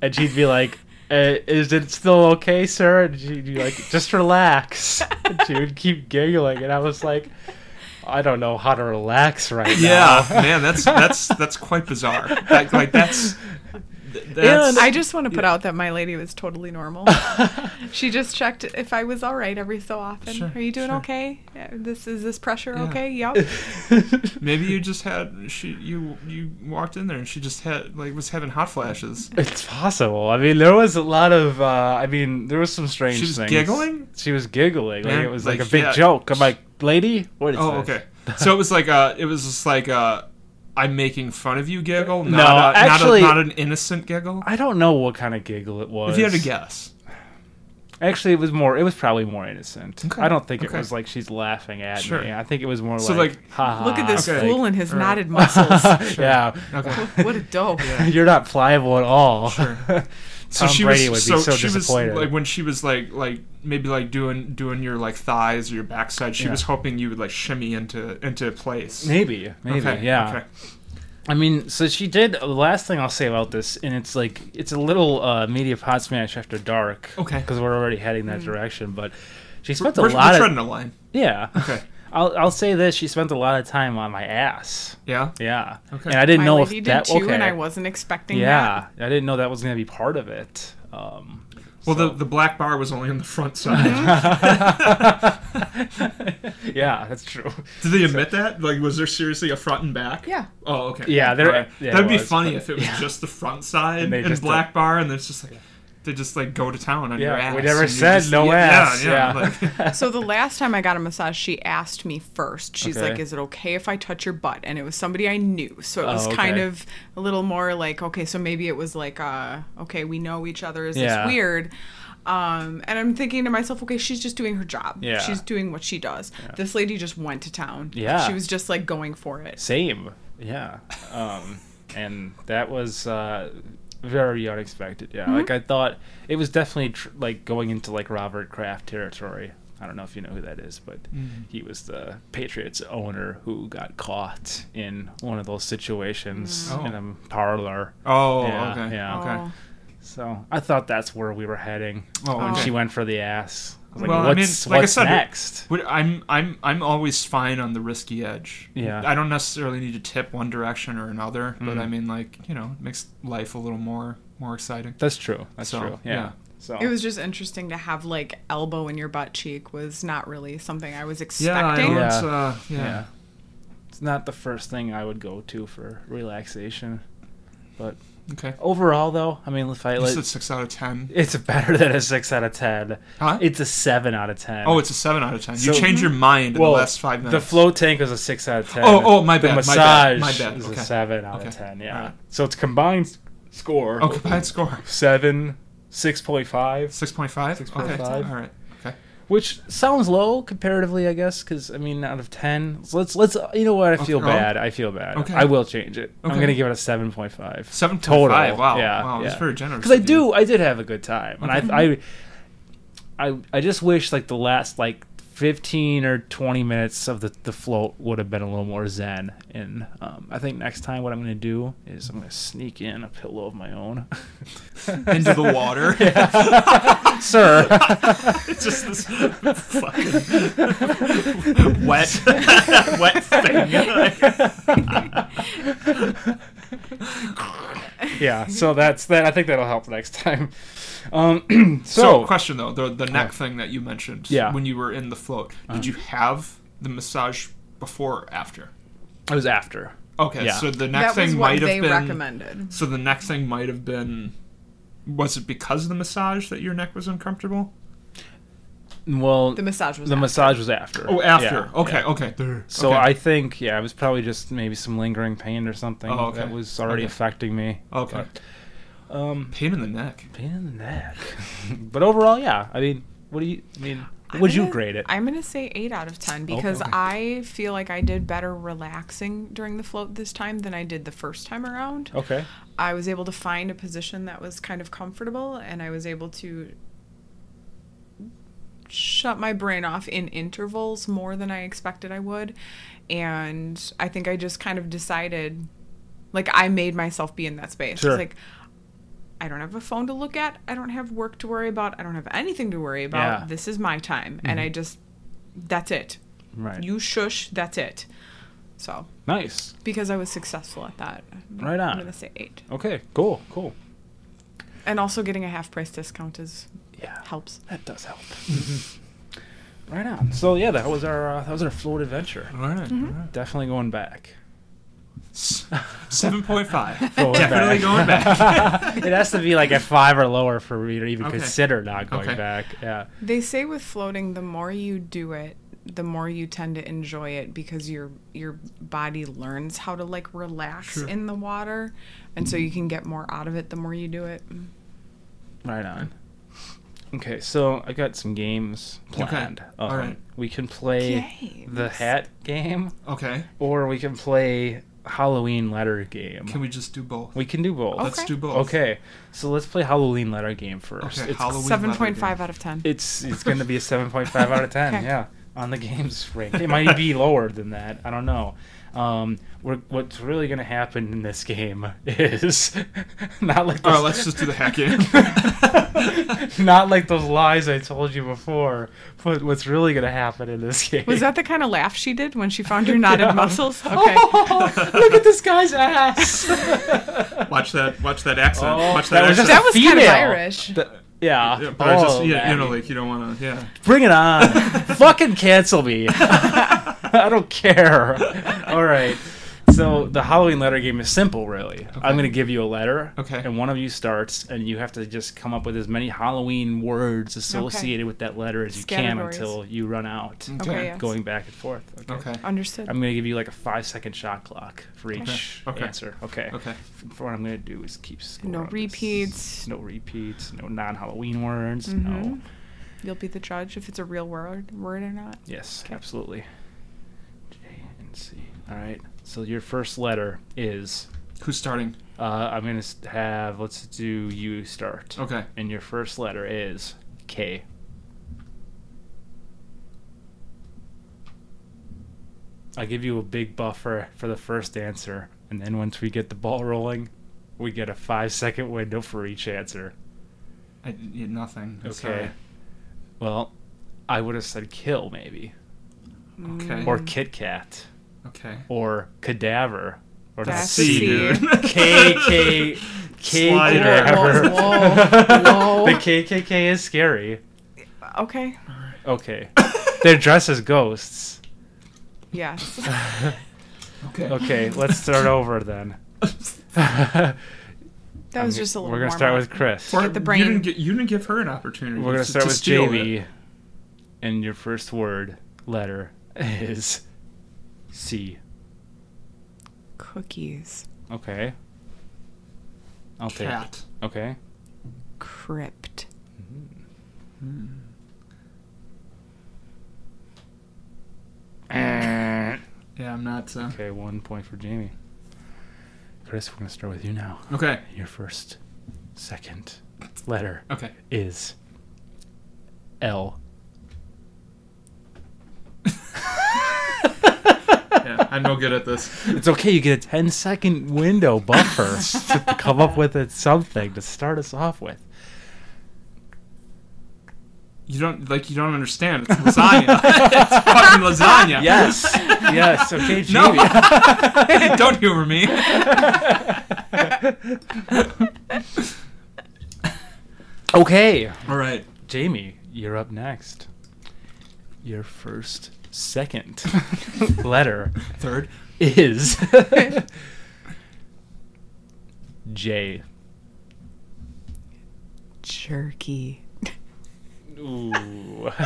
and she'd be like, (laughs) "Uh, "Is it still okay, sir?" And she'd be like, "Just relax." (laughs) And she would keep giggling, and I was like, "I don't know how to relax right now." (laughs)
man, that's that's that's quite bizarre. Like, like that's That's,
I just want to put out that my lady was totally
(laughs)
normal. she just checked if I was all right every so often.
Sure,
Are you doing
sure.
okay? Uh, This is this pressure
Yeah.
okay?
(laughs)
Yep.
(laughs) maybe you just had she you you walked in there and she just had like was having hot flashes.
It's possible. I mean, there was a lot of. Uh, I mean, there was some strange.
She was
things.
giggling?
She was giggling. Like
Man,
it was like,
like,
a big
yeah.
joke. I'm like, lady, what is
Oh,
this? (laughs)
okay. So it was like uh it was just like uh I'm making fun of you giggle, not
No,
a,
actually-
not, a, not an innocent giggle.
I don't know what kind of giggle it was.
If you had to guess,
actually, it was more. It was probably more innocent.
Okay,
I don't think it
okay.
was like she's laughing at
Sure.
me. I think it was more
So,
like,
like,
ha ha.
Look at this
(laughs)
Okay.
fool and his
All right.
knotted muscles.
yeah, (laughs)
okay.
(laughs) what a dope.
you're not pliable at all. (laughs)
Sure. So
Tom
she
Brady
was
would be so
she was
disappointed.
like when she was like like maybe like doing doing your like thighs or your backside. She
Yeah.
was hoping you would like shimmy into into place.
maybe, maybe,
Okay,
yeah.
okay.
I mean, so she did. uh, The last thing I'll say about this, and it's like it's a little uh, media pod smash after dark.
Okay. Mm.
because we're already heading that direction. But she
We're,
spent
we're
a lot of
treading a line.
yeah.
(laughs) Okay.
I'll I'll say this. She spent a lot of time on my ass. (laughs)
Yeah.
Yeah.
Okay.
And I didn't
my
know if
lady did
that
too,
okay.
and I wasn't expecting
yeah, I didn't know that was gonna be part of it. Um,
Well,
so-
the the black bar was only on the front
(laughs)
side. (laughs)
yeah, that's true.
Did they admit that? Like, was there seriously a front and back?
that. Yeah.
Oh, okay.
Yeah, there-
Alright.
yeah,
That'd
it
be
was,
funny
but-
if it was
yeah.
just the front side
And
and,
they just
black bar, and it's just like they just like go to town on your
Yeah,
ass.
we never
and you're
said
just-
no
yeah,
ass.
Yeah,
Yeah. (laughs)
like-
So the last time I got a massage, she asked me first. She's
Okay.
like, "Is it okay if I touch your butt?" And it was somebody I knew, so it
Oh,
was kind
okay.
of a little more like, "Okay, so maybe it was like, uh, okay, we know each other. Is
Yeah.
this weird?" Um, and I'm thinking to myself, "Okay, she's just doing her job.
Yeah.
She's doing what she does." This lady just went to town.
Yeah.
she was just like going for it.
Same. Yeah. Um, and that was uh, very unexpected. Yeah. Like
Mm-hmm.
I thought it was definitely tr- like going into like Robert Kraft territory. I don't know if you know who that is, but
Mm-hmm.
he was the Patriots owner who got caught in one of those situations
Mm.
in a parlor.
Oh,
Yeah,
okay.
yeah.
Okay.
Oh.
So I thought that's where we were heading
Oh,
when
okay.
she went for the ass. I was like,
Well, I mean,
what's,
like I
what's
said,
next?
Would- I'm I'm I'm always fine on the risky edge.
Yeah.
I don't necessarily need to tip one direction or another, but
Mhm.
I mean, like you know, it makes life a little more more exciting.
That's true. That's
So,
true. Yeah.
yeah.
So
It was just interesting to have like elbow in your butt cheek was not really something I was
Yeah, I
expecting.
know
Yeah.
it's, uh, yeah.
Yeah. It's not the first thing I would go to for relaxation. But
Okay.
overall, though, I mean, if I
You
like,
said six out of ten.
it's better than a six out of ten.
Huh?
It's a seven out of ten.
oh, it's a seven out of ten.
So-
You changed your mind in
Well,
the last five minutes.
the flow tank was a six out of ten.
Oh, oh, my
the
bad, my
massage
bad, my bad.
is
Okay.
a seven out of
Okay. Oh,
ten. Yeah.
Alright.
So it's combined score
Okay, bad score.
seven, six point five,
Six point five. Six point
6.5.
five. All right. Okay.
which sounds low comparatively, I guess. Because I mean, out of ten, so let's let's you know what I feel
Okay. Oh.
bad. I feel bad.
Okay.
I will change it. I'm
Okay.
gonna give it a seven point five.
Seven
total.
Wow.
Yeah,
wow. That's
yeah.
very generous.
because I
of you.
do. I did have a good time, and I, I, I, I just wish like the last like fifteen or twenty minutes of the the float would have been a little more zen. And um, I think next time what I'm gonna do is I'm gonna sneak in a pillow of my own,
(laughs) into the
(laughs)
water.
sir.
It's (laughs) just this fucking wet, wet thing.
(laughs) yeah. So that's that. I think that'll help next time. Um, (clears throat)
So,
so,
question though, the the neck thing that you mentioned.
Yeah. Uh-huh.
When you were in the float, did you have the massage before or after?
it was after.
Okay.
Yeah.
So the neck
That
thing
was
might
what
have
they
been.
recommended.
So the neck thing might have been. Was it because of the massage that your neck was uncomfortable?
Well,
The
the,
massage was after.
massage was after.
Oh, after.
Yeah,
okay.
yeah.
Okay.
So
okay.
I think yeah, it was probably just maybe some lingering pain or something
Oh, okay.
that was already
Okay.
affecting me.
Okay.
But, um,
Pain in the neck.
pain in the neck. (laughs) but overall, yeah. I mean, what do you? I mean,
I'm
would you
gonna-
grade it? Oh,
I'm gonna say eight out of ten because
okay.
I feel like I did better relaxing during the float this time than I did the first time around.
okay.
I was able to find a position that was kind of comfortable, and I was able to shut my brain off in intervals more than I expected I would. And I think I just kind of decided, like, I made myself be in that space.
Sure.
It's like, I don't have a phone to look at. I don't have work to worry about. I don't have anything to worry about.
Yeah. Mm-hmm.
This is my time. And I just, that's it.
Right.
You shush, that's it. So,
nice.
because I was successful at that,
Right
I'm
on.
going to say eight.
Okay. Cool. Cool.
And also getting a half price discount is
Yeah,
helps.
that does help. (laughs) right on. So yeah, that was our uh, that was our Florida adventure.
All right,
Mm-hmm.
all right.
Definitely going back.
S- 7.5.
Going
Definitely
(laughs)
going back.
it has to be like at five or lower for me to even
Okay.
consider not going
Okay.
back. Yeah.
They say with floating, the more you do it, the more you tend to enjoy it because your your body learns how to like relax
Sure.
in the water, and so you can get more out of it the more you do it.
Right on. Okay, so I got some games
Okay.
planned.
All
Um,
right.
We can play the
Games.
hat game,
okay,
or we can play Halloween letter game.
can we just do both?
We can do both.
Okay.
Let's do both.
Okay, so let's play Halloween letter game first.
Okay,
it's
Halloween leather
Seven point five
game.
out
(laughs)
of ten.
it's it's going to be a seven point five out of ten.
(laughs) Okay.
Yeah, on the games rank, it might be lower than that. I don't know. Um, we're, what's really going to happen in this game is (laughs) not like
All right,
those-
Oh, let's just do the hat game.
(laughs) not like those lies I told you before. But what's really going to happen in this game? (laughs)
Was that the kind of laugh she did when she found her knotted
Yeah. (laughs)
muscles? Okay.
Oh, look at this guy's ass.
(laughs) watch that. Watch that accent.
Oh,
watch that,
that was
accent.
just
that was kind of
female.
Irish.
yeah,
yeah, but I just,
Oh,
you, you
man.
know, like you don't want to. (laughs) Yeah.
Bring it on. (laughs) Um, Fucking cancel me. (laughs) I don't care. All right. So the Halloween letter game is simple, really. I'm going to give you a letter,
Okay.
and one of you starts, and you have to just come up with as many Halloween words associated with that letter as you can
Categories.
until you run out,
Okay. yes.
going back and forth. Okay.
Okay.
Understood.
I'm going to give you like a five second shot clock for each
Okay.
answer. Okay.
Okay.
F- What I'm going to do is keep score
No
on this.
repeats.
No repeats. No non-Halloween words. No.
Mhm. You'll be the judge if it's a real word, word or not.
Yes,
Okay.
absolutely. J and C. All right. So your first letter is.
Who's starting?
Uh, I'm gonna s- have. Let's do you start.
Okay.
And your first letter is K. I give you a big buffer for the first answer, and then once we get the ball rolling, we get a five-second window for each answer.
I, y- nothing. I'm
Okay.
sorry.
Well, I would have said kill maybe,
Mm.
Okay.
Mm-hmm.
or Kit Kat.
Okay.
or cadaver or
That's
C,
C.
dude. KK
(laughs) Slide
(laughs) cadaver.
(laughs)
Whoa, whoa, whoa.
the KKK is scary.
Okay.
Okay. They're dressed as ghosts. (laughs)
Yes.
Okay.
Okay, let's start
(laughs)
over
(laughs)
then.
That was just a little.
We're gonna
warm
start
up.
with Chris.
Or
Get the
You
brain.
didn't, gi- you didn't give her an opportunity.
We're gonna
to-
start
to
with
steal
Jamie,
it.
and your first word letter is C.
cookies.
Okay. I'll take. it.
Cat.
Okay.
Crypt.
Hmm. Yeah, I'm not. Uh,
Okay, one point for Jamie. Chris, we're gonna start with you now.
okay.
Your first, second letter
Okay. (laughs)
is L.
Yeah, I'm no good at this.
It's okay. You get a 10 second window buffer (laughs) to come up with it, something to start us off with.
You don't like. You don't understand.
(laughs)
It's lasagna. it's fucking lasagna. (laughs)
Yes, yes. Okay, Jamie.
No. (laughs) don't
(laughs)
humor me.
okay,
All right.
Jamie, you're up next. Your first,
(laughs)
second letter (laughs)
Third.
is
(laughs)
J.
Jerky.
Ooh. (laughs)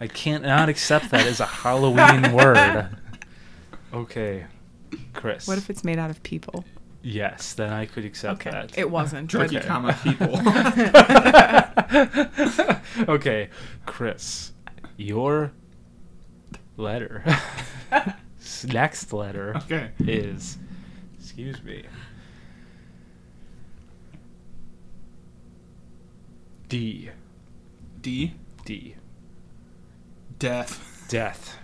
I can't not accept that as a
(laughs)
Halloween word. Okay. Chris.
What if it's made out of people?
Yes, then I could accept
Okay.
that.
It wasn't.
Jerky,
but- (laughs)
comma people.
(laughs) okay. Chris. Your
(laughs)
letter. Next letter
Okay.
is excuse me. D.
D.
D.
Death.
Death.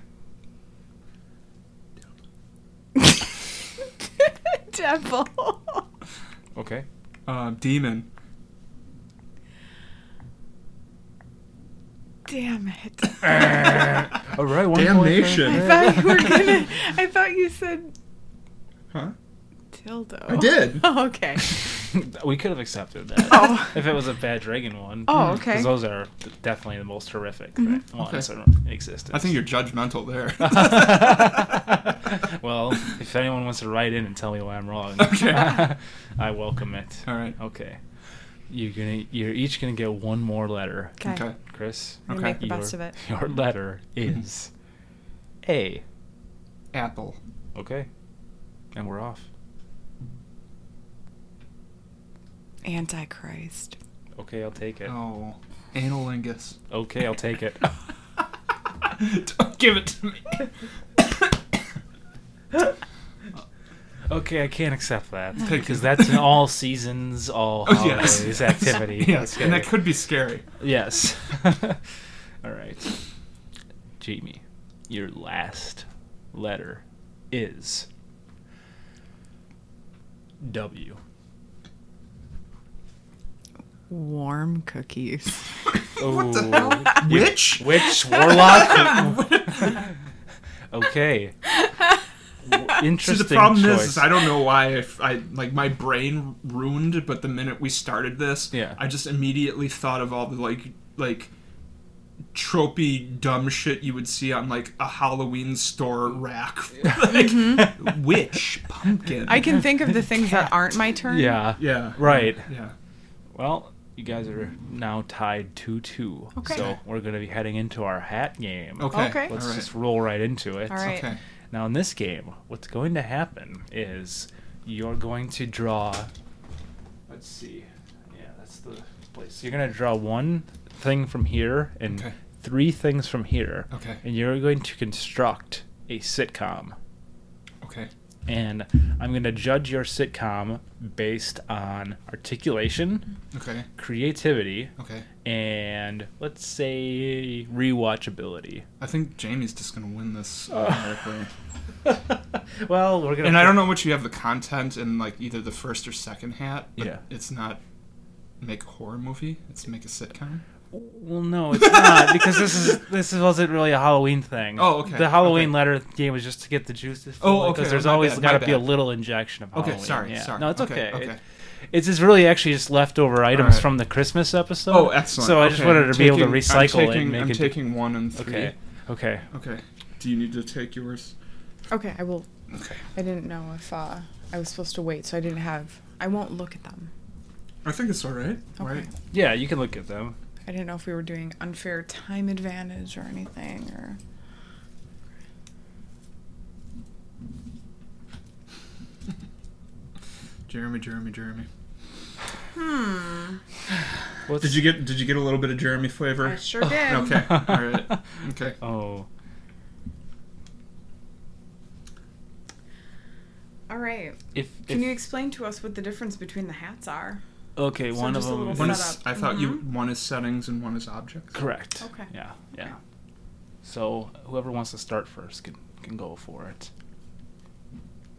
Devil.
Okay.
Uh, demon.
Damn it.
(laughs) All right. One
Damnation.
Point for-
I thought you were gonna. I thought you said
(laughs) Huh?
dildo.
I did.
(laughs) Oh, okay.
we could have accepted that
(laughs) Oh.
if it was a bad dragon one.
Oh, okay.
Because those are definitely the most horrific
Mhm.
ones
Okay.
in existence.
I think you're (laughs) judgmental there.
(laughs) well, if anyone wants to write in and tell me why I'm wrong,
(laughs) Okay.
(laughs) I welcome it.
All right.
Okay. You're gonna. You're each gonna get one more letter,
Okay.
Okay.
Chris.
I'm gonna
Okay. Mm-hmm.
make the best of it.
Your letter is A.
Apple.
Okay. And we're off.
Antichrist.
Okay, I'll take it.
Oh,
(laughs)
analingus.
Okay, I'll take
(laughs)
it.
Don't give it to me.
Okay, I can't accept that (laughs)
Thank you.
because that's an all seasons, all
Oh, (laughs) yes.
holidays activity.
Yes, and that
Okay.
could be scary. (laughs)
Yes. (laughs) all right, Jamie, your last letter is W.
Warm cookies.
What the
Ooh.
hell?
You-
Witch? (laughs)
Witch warlock. (laughs)
(laughs)
okay. W-
See,
Interesting.
the problem
choice.
is, is, I don't know why I, I like my brain ruined. But the minute we started this,
Yeah.
I just immediately thought of all the like like tropey dumb shit you would see on like a Halloween store
(laughs)
rack, (laughs) like Mm-hmm. witch pumpkin.
I can think of the things that aren't my turn.
Yeah.
yeah,
Right.
yeah.
Well, you guys are now tied 2 2.
Okay.
So we're going to be heading into our hat game.
Okay,
Okay.
Let's
all right.
just roll right into it.
All right.
Okay.
Now, in this game, what's going to happen is you're going to draw. Let's see. Yeah, that's the place. You're going to draw one thing from here and
Okay.
three things from here.
Okay.
And you're going to construct a sitcom.
Okay.
And I'm going to judge your sitcom based on articulation,
Okay.
creativity,
Okay.
and let's say rewatchability.
I think Jamie's just gonna win this.
Uh.
automatically.
(laughs) well, we're gonna.
and I don't know what you have the content in like either the first or second hat. But
Yeah.
It's not make a horror movie. It's make a sitcom.
Well, no, it's not because this is (laughs) this wasn't really a Halloween thing.
Oh, okay,
The Halloween
okay.
letter game was just to get the juices.
Oh,
flowing,
okay,
there's
my
always
bad, my
got to be a
bad.
little injection of
Okay,
Halloween.
sorry,
Oh, yeah.
sorry.
No, it's
Okay,
okay.
okay.
It- it's just really actually just leftover items
right.
from the Christmas episode.
Oh, excellent.
So I just
Okay,
wanted to
I'm
be able to
taking-
recycle
I'm
it
taking,
and make
I'm
it.
taking one and three.
okay. Okay.
Okay. Do you need to take yours?
Okay, I will.
Okay.
I didn't know if uh, I was supposed to wait, so I didn't have. I won't look at them.
I think it's all right.
Okay.
Right.
Yeah, you can look at them.
I didn't know if we were doing unfair time advantage or anything, or
Jeremy, Jeremy, Jeremy.
What's,
Did you get Did you get a little bit of Jeremy flavor?
Hmm, I sure did.
Okay. all right. Okay.
(laughs) Oh.
All right.
If,
Can
if-
you explain to us what the difference between the hats are?
okay,
so
one of
just a
them.
little
One
Set
is
up.
I thought you one is settings and one is objects.
Correct.
Okay.
Yeah, yeah. So whoever wants to start first can can go for it.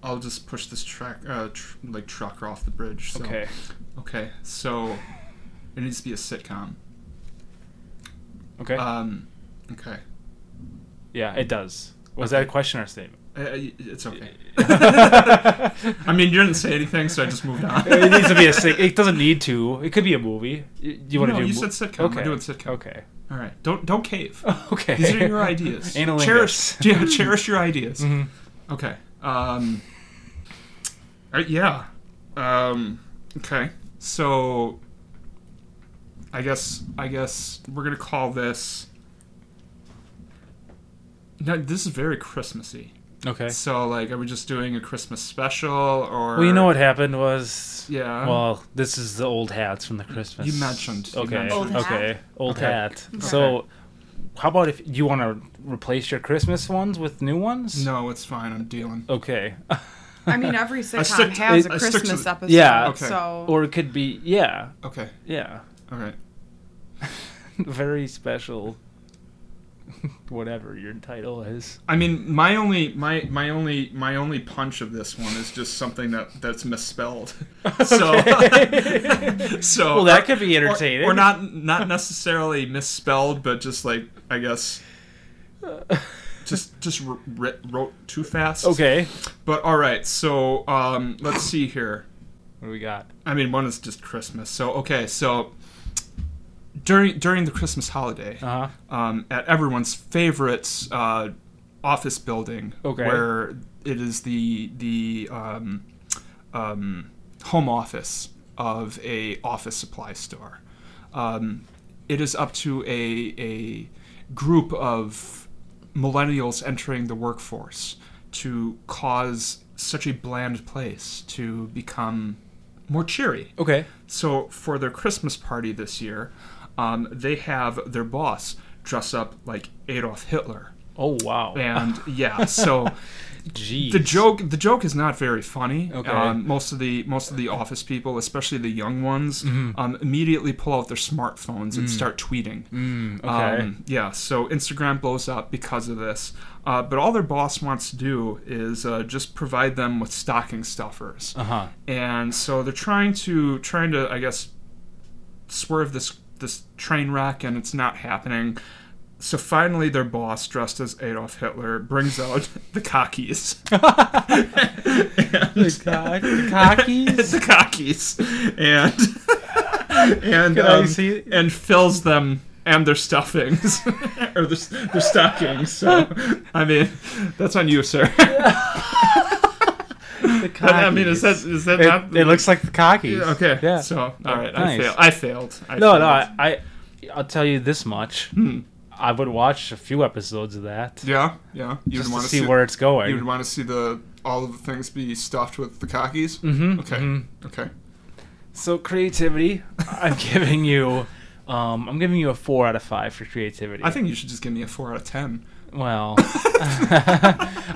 I'll just push this track uh, tr- like trucker off the bridge. So.
Okay.
Okay, so it needs to be a sitcom.
Okay.
Um, okay,
yeah, it does. Was that a question or a statement?
Uh, uh,
(laughs)
it's okay. (laughs) I
I
mean, you didn't say anything, so I just moved on.
it needs to be a sick. It doesn't need to. It could be a movie. Y- You want to
No,
do?
you
mo-
said sitcom. We're
Okay.
doing sitcom.
Okay.
All right, don't don't cave.
(laughs) Okay.
These are your ideas.
Analingus.
Cherish, yeah, cherish your ideas.
Mhm.
Okay. Um, all right, yeah. Um, okay. So, I guess I guess we're gonna call this. No, this is very Christmassy.
Okay.
So, like, are we just doing a Christmas special, or
Well, you know what happened was.
Yeah.
Well, this is the old hats from the Christmas.
You mentioned- you
Okay.
mentioned-
Old hat?
okay. Old
Okay.
hat. So, how about if you want to replace your Christmas ones with new ones?
No, it's fine. I'm dealing.
Okay.
I mean, every sitcom
stick to-
has a
I- I stick to
Christmas
the-
episode.
Yeah.
Okay.
So
or it could be yeah,
Okay.
yeah,
All right.
very special. (laughs) Whatever your title is.
I mean, my only my my only my only punch of this one is just something that that's misspelled. (laughs) (laughs) So
Okay.
(laughs)
(laughs)
so
Well, that could be
or-
entertaining.
Or, not not necessarily misspelled, but just like I guess just just r- writ- wrote too fast.
Okay.
But all right, so um, let's see here.
What do we got?
I mean, one is just Christmas. So okay, so during during the Christmas holiday,
Uh huh.
um, at everyone's favorite uh, office building,
Okay.
where it is the the um, um, home office of a office supply store. Um, it is up to a a group of millennials entering the workforce to cause such a bland place to become more cheery.
Okay.
So for their Christmas party this year, um, they have their boss dress up like Adolf Hitler,
Oh wow. (laughs)
and yeah, so
Jeez.
the joke the joke is not very funny.
Okay.
Um, most of the most of the office people, especially the young ones,
Mm-hmm.
um, immediately pull out their smartphones and start tweeting.
Mm, okay.
Um, yeah, so Instagram blows up because of this. Uh, but all their boss wants to do is uh, just provide them with stocking stuffers
uh huh.
and so they're trying to trying to I guess swerve this this train wreck, and it's not happening. So finally, their boss, dressed as Adolf Hitler, brings out (laughs) the cockies. (laughs)
The cock- the cockies?
the cockies,
(laughs)
and and
Can I
um,
see-
and fills them and
(laughs)
their stuffings or their, their stockings. So (laughs) I mean, that's on
(laughs)
you, sir.
The cockies.
(laughs) I mean, is that is that not?
It, it looks like the cockies.
Yeah, okay.
Yeah.
So all right,
Nice.
I failed. I failed. I
no,
failed.
no. I, I I'll tell you this much.
Hmm.
I would watch a few episodes of that
Yeah, yeah. You
just
would
to
want
see where it's going.
you would want to see the all of the things be stuffed with the cockies.
Mhm,
Okay.
mhm.
Okay.
So
(laughs)
creativity, I'm giving you, um, I'm giving you a four out of five for creativity.
I think
You should just give me a four out of ten.
(laughs)
Well, (laughs)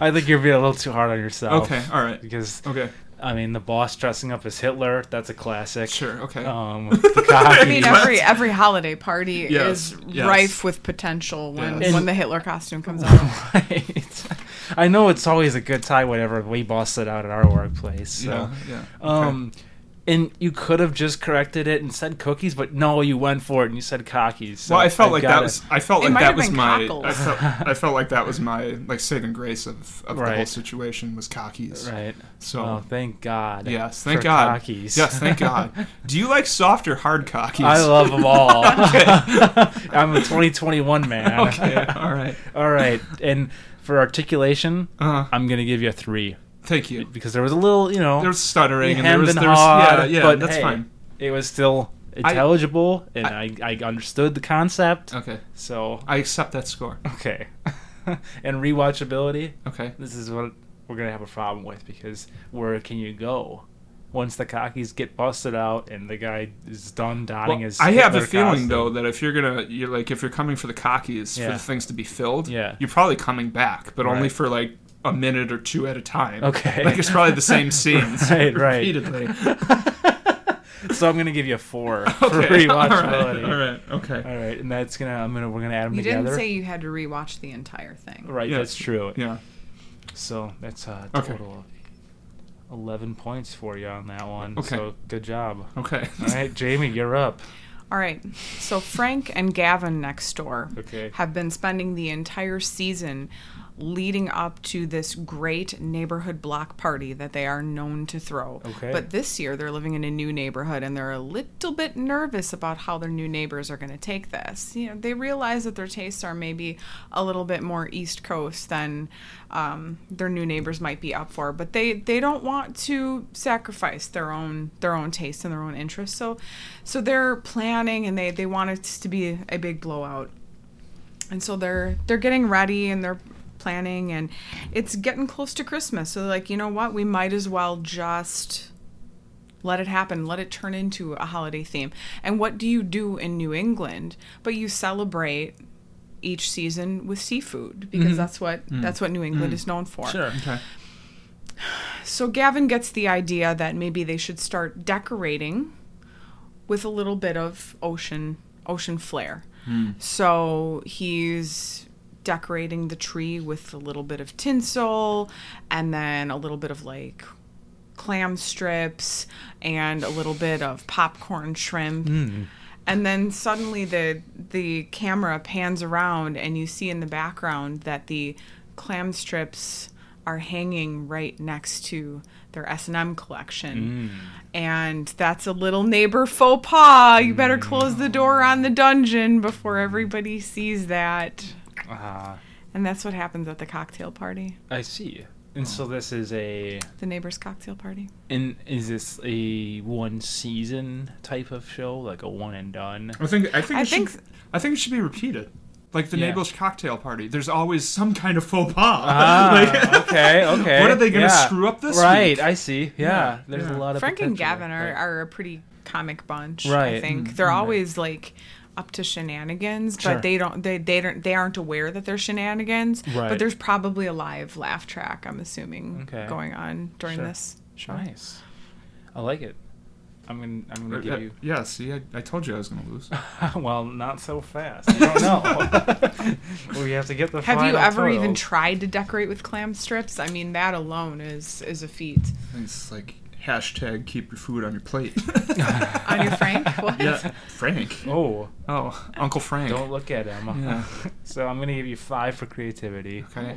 I think you're being a little too hard on yourself.
Okay, all right.
Because
Okay,
I mean, the boss dressing up as Hitler, that's a classic.
Sure. Okay.
(laughs)
Um, the cocky.
I mean, every every holiday party
Yes,
is
yes.
rife with potential when
Yes.
when the Hitler costume
(laughs)
comes out.
(laughs) right. I know it's always a good time whenever we boss it out at our workplace. So.
Yeah.
Yeah.
Um, and you could have just corrected it and said cookies, but no, you went for it and you said cockies. So
well, I felt like that
gotta-
was. I felt
It
like
might
that
have
was
been
my.
cockles.
I felt,
(laughs)
I felt like that was my like saving grace of, of the whole
Right.
situation was cockies.
right.
So
oh, thank God.
Yes,
for
thank God.
Cockies.
yes,
(laughs)
thank God. Do you like soft or hard cockies?
I love them
(laughs)
all. (laughs) I'm a 2021 man.
Okay. All right.
(laughs) All right. And for articulation,
Uh,
I'm gonna give you a three
thank you.
because there was a little, you know,
There's stuttering and there
hemmed
was,
and
there was yeah
hawed,
yeah
but
that's
hey,
fine.
It was still intelligible, and I, I understood the concept.
Okay.
So
I accept
(laughs)
that score.
okay. and rewatchability.
Okay.
This is what we're gonna have a problem with because where can you go? Once the cockies get busted out and the guy is done dotting
Well,
his,
I have a
Hitler
feeling
costume.
though that if you're gonna you're like if you're coming for the cockies for
Yeah.
the things to be filled,
Yeah.
you're probably coming back, but only
Right.
for like a minute or two at a time.
Okay.
(laughs) Like it's probably
(laughs)
the same scenes
Right, right. (laughs)
repeatedly.
So I'm gonna give you a four for
Okay. (laughs) All right.
rewatchability.
All right. Okay.
All right, and that's gonna I'm gonna we're gonna add them
You
together.
didn't say you had to rewatch the entire thing.
right,
Yeah.
that's true.
Yeah.
So that's a
Okay.
total of eleven points for you on that one.
Okay.
So good job.
Okay.
All right, Jamie, you're up.
All right. So Frank and Gavin next door
Okay.
have been spending the entire season leading up to this great neighborhood block party that they are known to throw.
Okay.
But this year they're living in a new neighborhood and they're a little bit nervous about how their new neighbors are going to take this. You know, they realize that their tastes are maybe a little bit more East Coast than um, their new neighbors might be up for, but they they don't want to sacrifice their own their own taste and their own interests. So so they're planning and they they want it to be a big blowout and so they're they're getting ready and they're planning and it's getting close to christmas so they're like you know what we might as well just let it happen let it turn into a holiday theme and what do you do in new england but you celebrate each season with seafood because that's what that's what new england is known for
Okay.
so Gavin gets the idea that maybe they should start decorating with a little bit of ocean ocean flair. So he's decorating the tree with a little bit of tinsel and then a little bit of like clam strips and a little bit of popcorn shrimp. And then suddenly the the camera pans around and you see in the background that the clam strips are hanging right next to their S&M
Hmm.
collection. And that's a little neighbor faux pas. You better close the door
Mm.
on the dungeon before everybody sees that.
Ah,
And that's what happens at the cocktail party,
I see. And so this is a
the neighbor's cocktail party.
in is this a one season type of show like a one and done?
I think I think
I
it
think
should, I think it should be repeated. Like the
Yeah.
neighbor's cocktail party, there's always some kind of faux pas.
(laughs) Ah,
(laughs) Like-
okay, okay.
What are they gonna
Yeah.
screw up this
Right,
week?
I see. Yeah,
Yeah,
there's
yeah.
a lot of
Frank and
potential,
Gavin are,
but-
are a pretty comic bunch. I
Right.
think
Mm,
they're
right.
always like up to shenanigans,
Sure.
but they don't they they don't they aren't aware that they're shenanigans. But
Right.
there's probably a live laugh track. I'm assuming
Okay.
going on during
Sure.
this show.
nice. I like it. I'm gonna I'm
(laughs)
gonna
Uh,
give you.
Yeah, see, I, I told you I was gonna
(laughs)
lose.
well, not so fast. I don't
(laughs)
know. we have to get the.
Have you
final
ever even
total.
tried to decorate with clam strips? I mean, that alone is is a feat.
It's like
Hashtag keep your food on your
(laughs)
plate.
On your Frank, what?
yeah, Frank.
Oh,
Oh, Uncle Frank.
don't look at him.
Yeah.
(laughs) so I'm gonna give you five for creativity.
Okay.
I'm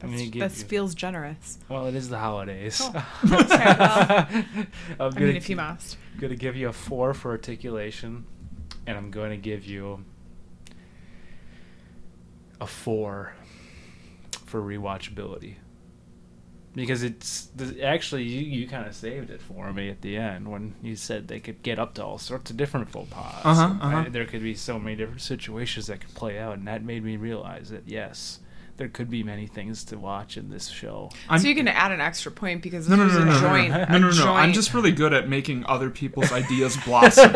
gonna
That's-
give
That
you-
feels generous.
Well, it is the holidays.
Oh, (laughs) okay, well,
(laughs) I'm
I
gonna,
mean, if you must.
gonna give you a four for articulation, and I'm going to give you a four for rewatchability. Because it's th- actually you, you kind of saved it for me at the end when you said they could get up to all sorts of different faux pas.
Uh-huh,
and I-
uh-huh.
there could be so many different situations that could play out, and that made me realize that yes, there could be many things to watch in this show.
I'm-
so you can add an extra point because
No, no,
this
no,
was
no,
a
no,
joint.
no,
a
no, no, no. I'm
joint-
just really good at making other people's ideas
(laughs)
blossom,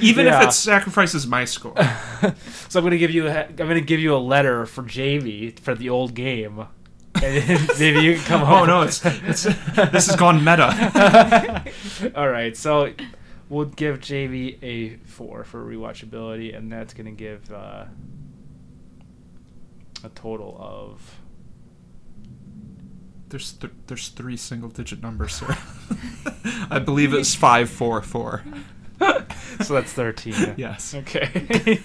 even
Yeah.
if it sacrifices my score.
(laughs) So I'm gonna give you. A, I'm gonna give you a letter for Jamie for the old game, and (laughs) maybe you can come
Oh
home.
no, it's, it's this has gone meta.
(laughs) All right, so we'll give Jamie a four for rewatchability, and that's gonna give uh, a total of.
There's th- there's three single digit numbers, sir. (laughs) I believe it's five four four.
So that's (laughs) thirteen.
(laughs) Yes.
(laughs)
Okay.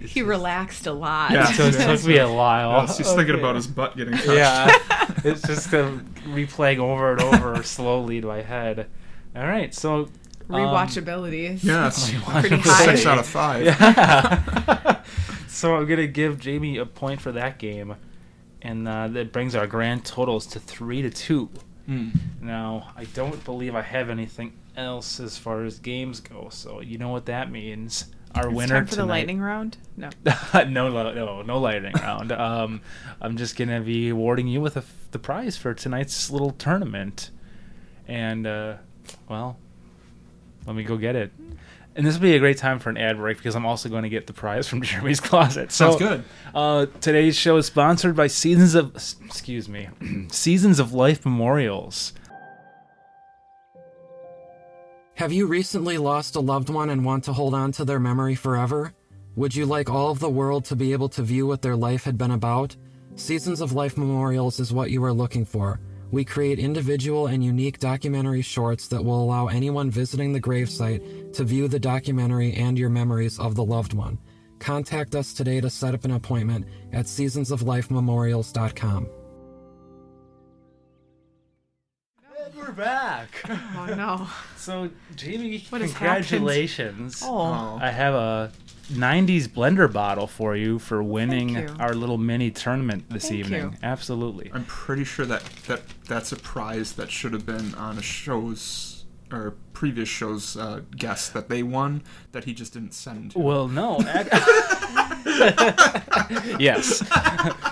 he relaxed a lot.
Yeah.
so
(laughs)
it took me a while.
I was just thinking
Okay.
about his
(laughs)
butt getting touched. (laughs)
Yeah, it's just uh, replaying over and over (laughs) slowly in my head. All right, so um,
Rewatchability. is
Yes.
Pretty high.
Six out of five. (laughs)
Yeah. (laughs) so I'm gonna give Jamie a point for that game, and uh, that brings our grand totals to three to two.
Mm.
Now I don't believe I have anything else as far as games go, so you know what that means. Our
It's
winner
time for the
tonight-
lightning round. (laughs) No.
(laughs) no, li- no, no lightning round. Um, I'm just gonna be awarding you with a f the prize for tonight's little tournament, and uh, well, let me go get it. And this will be a great time for an ad break because I'm also going to get the prize from (laughs) Jeremy's closet. So,
Sounds good.
Uh, today's show is sponsored by Seasons of s- excuse me, (clears throat) Seasons of Life Memorials.
Have you recently lost a loved one and want to hold on to their memory forever? Would you like all of the world to be able to view what their life had been about? Seasons of Life Memorials is what you are looking for. We create individual and unique documentary shorts that will allow anyone visiting the gravesite to view the documentary and your memories of the loved one. Contact us today to set up an appointment at seasonsoflifememorials.com.
We're back.
Oh no.
(laughs) So, Jamie,
What has happened?
congratulations.
Oh.
Oh.
I have a 90s blender bottle for you for winning
Thank you.
our little mini tournament this
Thank
evening.
you.
Absolutely.
I'm pretty sure that, that that's a prize that should have been on a show's or previous show's uh, guest that they won that he just didn't send.
(laughs) Well, no. ac- (laughs) yes.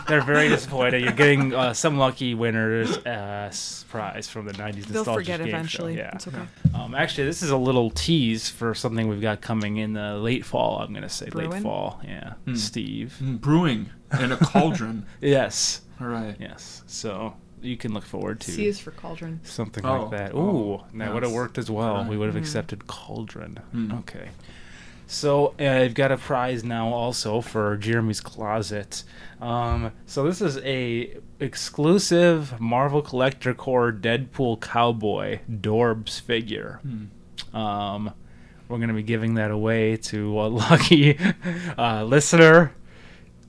(laughs) They're very disappointed. You're getting uh, some lucky winner's uh, s- prize from the 90s
They'll
Nostalgic
forget
Game Show.
eventually.
Yeah.
It's okay.
Um, actually, this is a little tease for something we've got coming in the late fall, I'm going to say. Late
Bruin?
fall. Yeah. Steve.
Brewing in a
(laughs)
cauldron.
Yes.
All right.
Yes. So you can look forward to
C is for cauldron.
Something
Oh, Mm-hmm.
like that. Ooh,
oh,
that would have
yes.
worked as well. We
Right.
would have accepted Cauldron.
Mm.
Okay. So uh, I've got a prize now also for Jeremy's Closet. Um, so this is a exclusive Marvel Collector Core Deadpool Cowboy Dorbs figure.
Hmm.
Um, we're going to be giving that away to a (laughs) lucky uh, listener.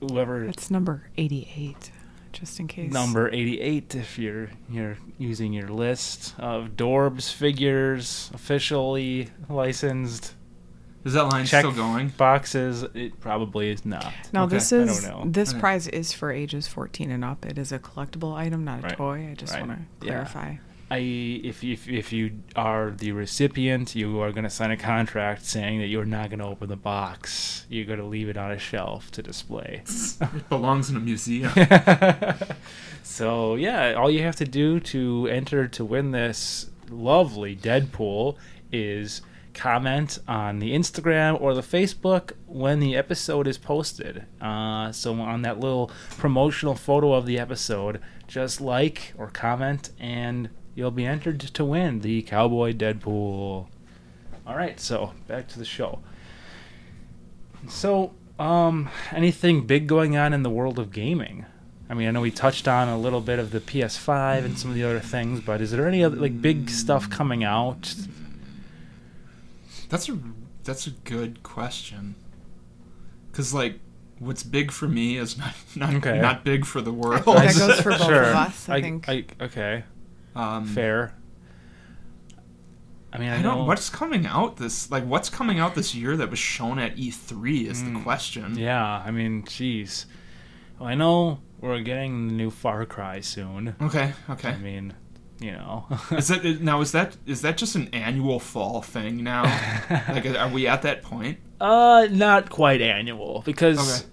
Whoever
That's number eighty-eight. just in case.
number 88 if you're you're using your list of Dorbs figures officially licensed
Is that line
check
still
(laughs)
going?
boxes it probably is not
Now
Okay,
this
I don't
is
know.
this
Okay.
prize is for ages 14 and up. It is a collectible item, not a
Right,
toy. I just
right,
want to
yeah.
clarify.
I if if if you are the recipient you are going to sign a contract saying that you're not going to open the box you're going to leave it on a shelf to display
It belongs in a
(laughs)
museum.
so yeah, all you have to do to enter to win this lovely Deadpool is comment on the Instagram or the Facebook when the episode is posted. Uh, so on that little promotional photo of the episode, just like or comment, and you'll be entered to win the Cowboy Deadpool. All right, so back to the show. So, um, anything big going on in the world of gaming? I mean, I know we touched on a little bit of the PS5 and some of the other things, but is there any other like big stuff coming out?
That's a that's a good question. Cause like, what's big for me is not not,
Okay.
not big for the world.
think that goes for both of us, I
I
think.
okay,
um,
fair. I mean, I,
I
know-
don't. What's coming out this like? What's coming out this year that was shown at E3 is the question.
Hmm. Yeah, I mean, jeez. Well, I know we're getting the new Far Cry soon.
Okay.
(laughs)
Okay.
I mean, you know. (laughs)
Is that now? Is that is that just an annual fall
(laughs)
thing now? like, are we at that point?
Uh, not quite annual because
Okay.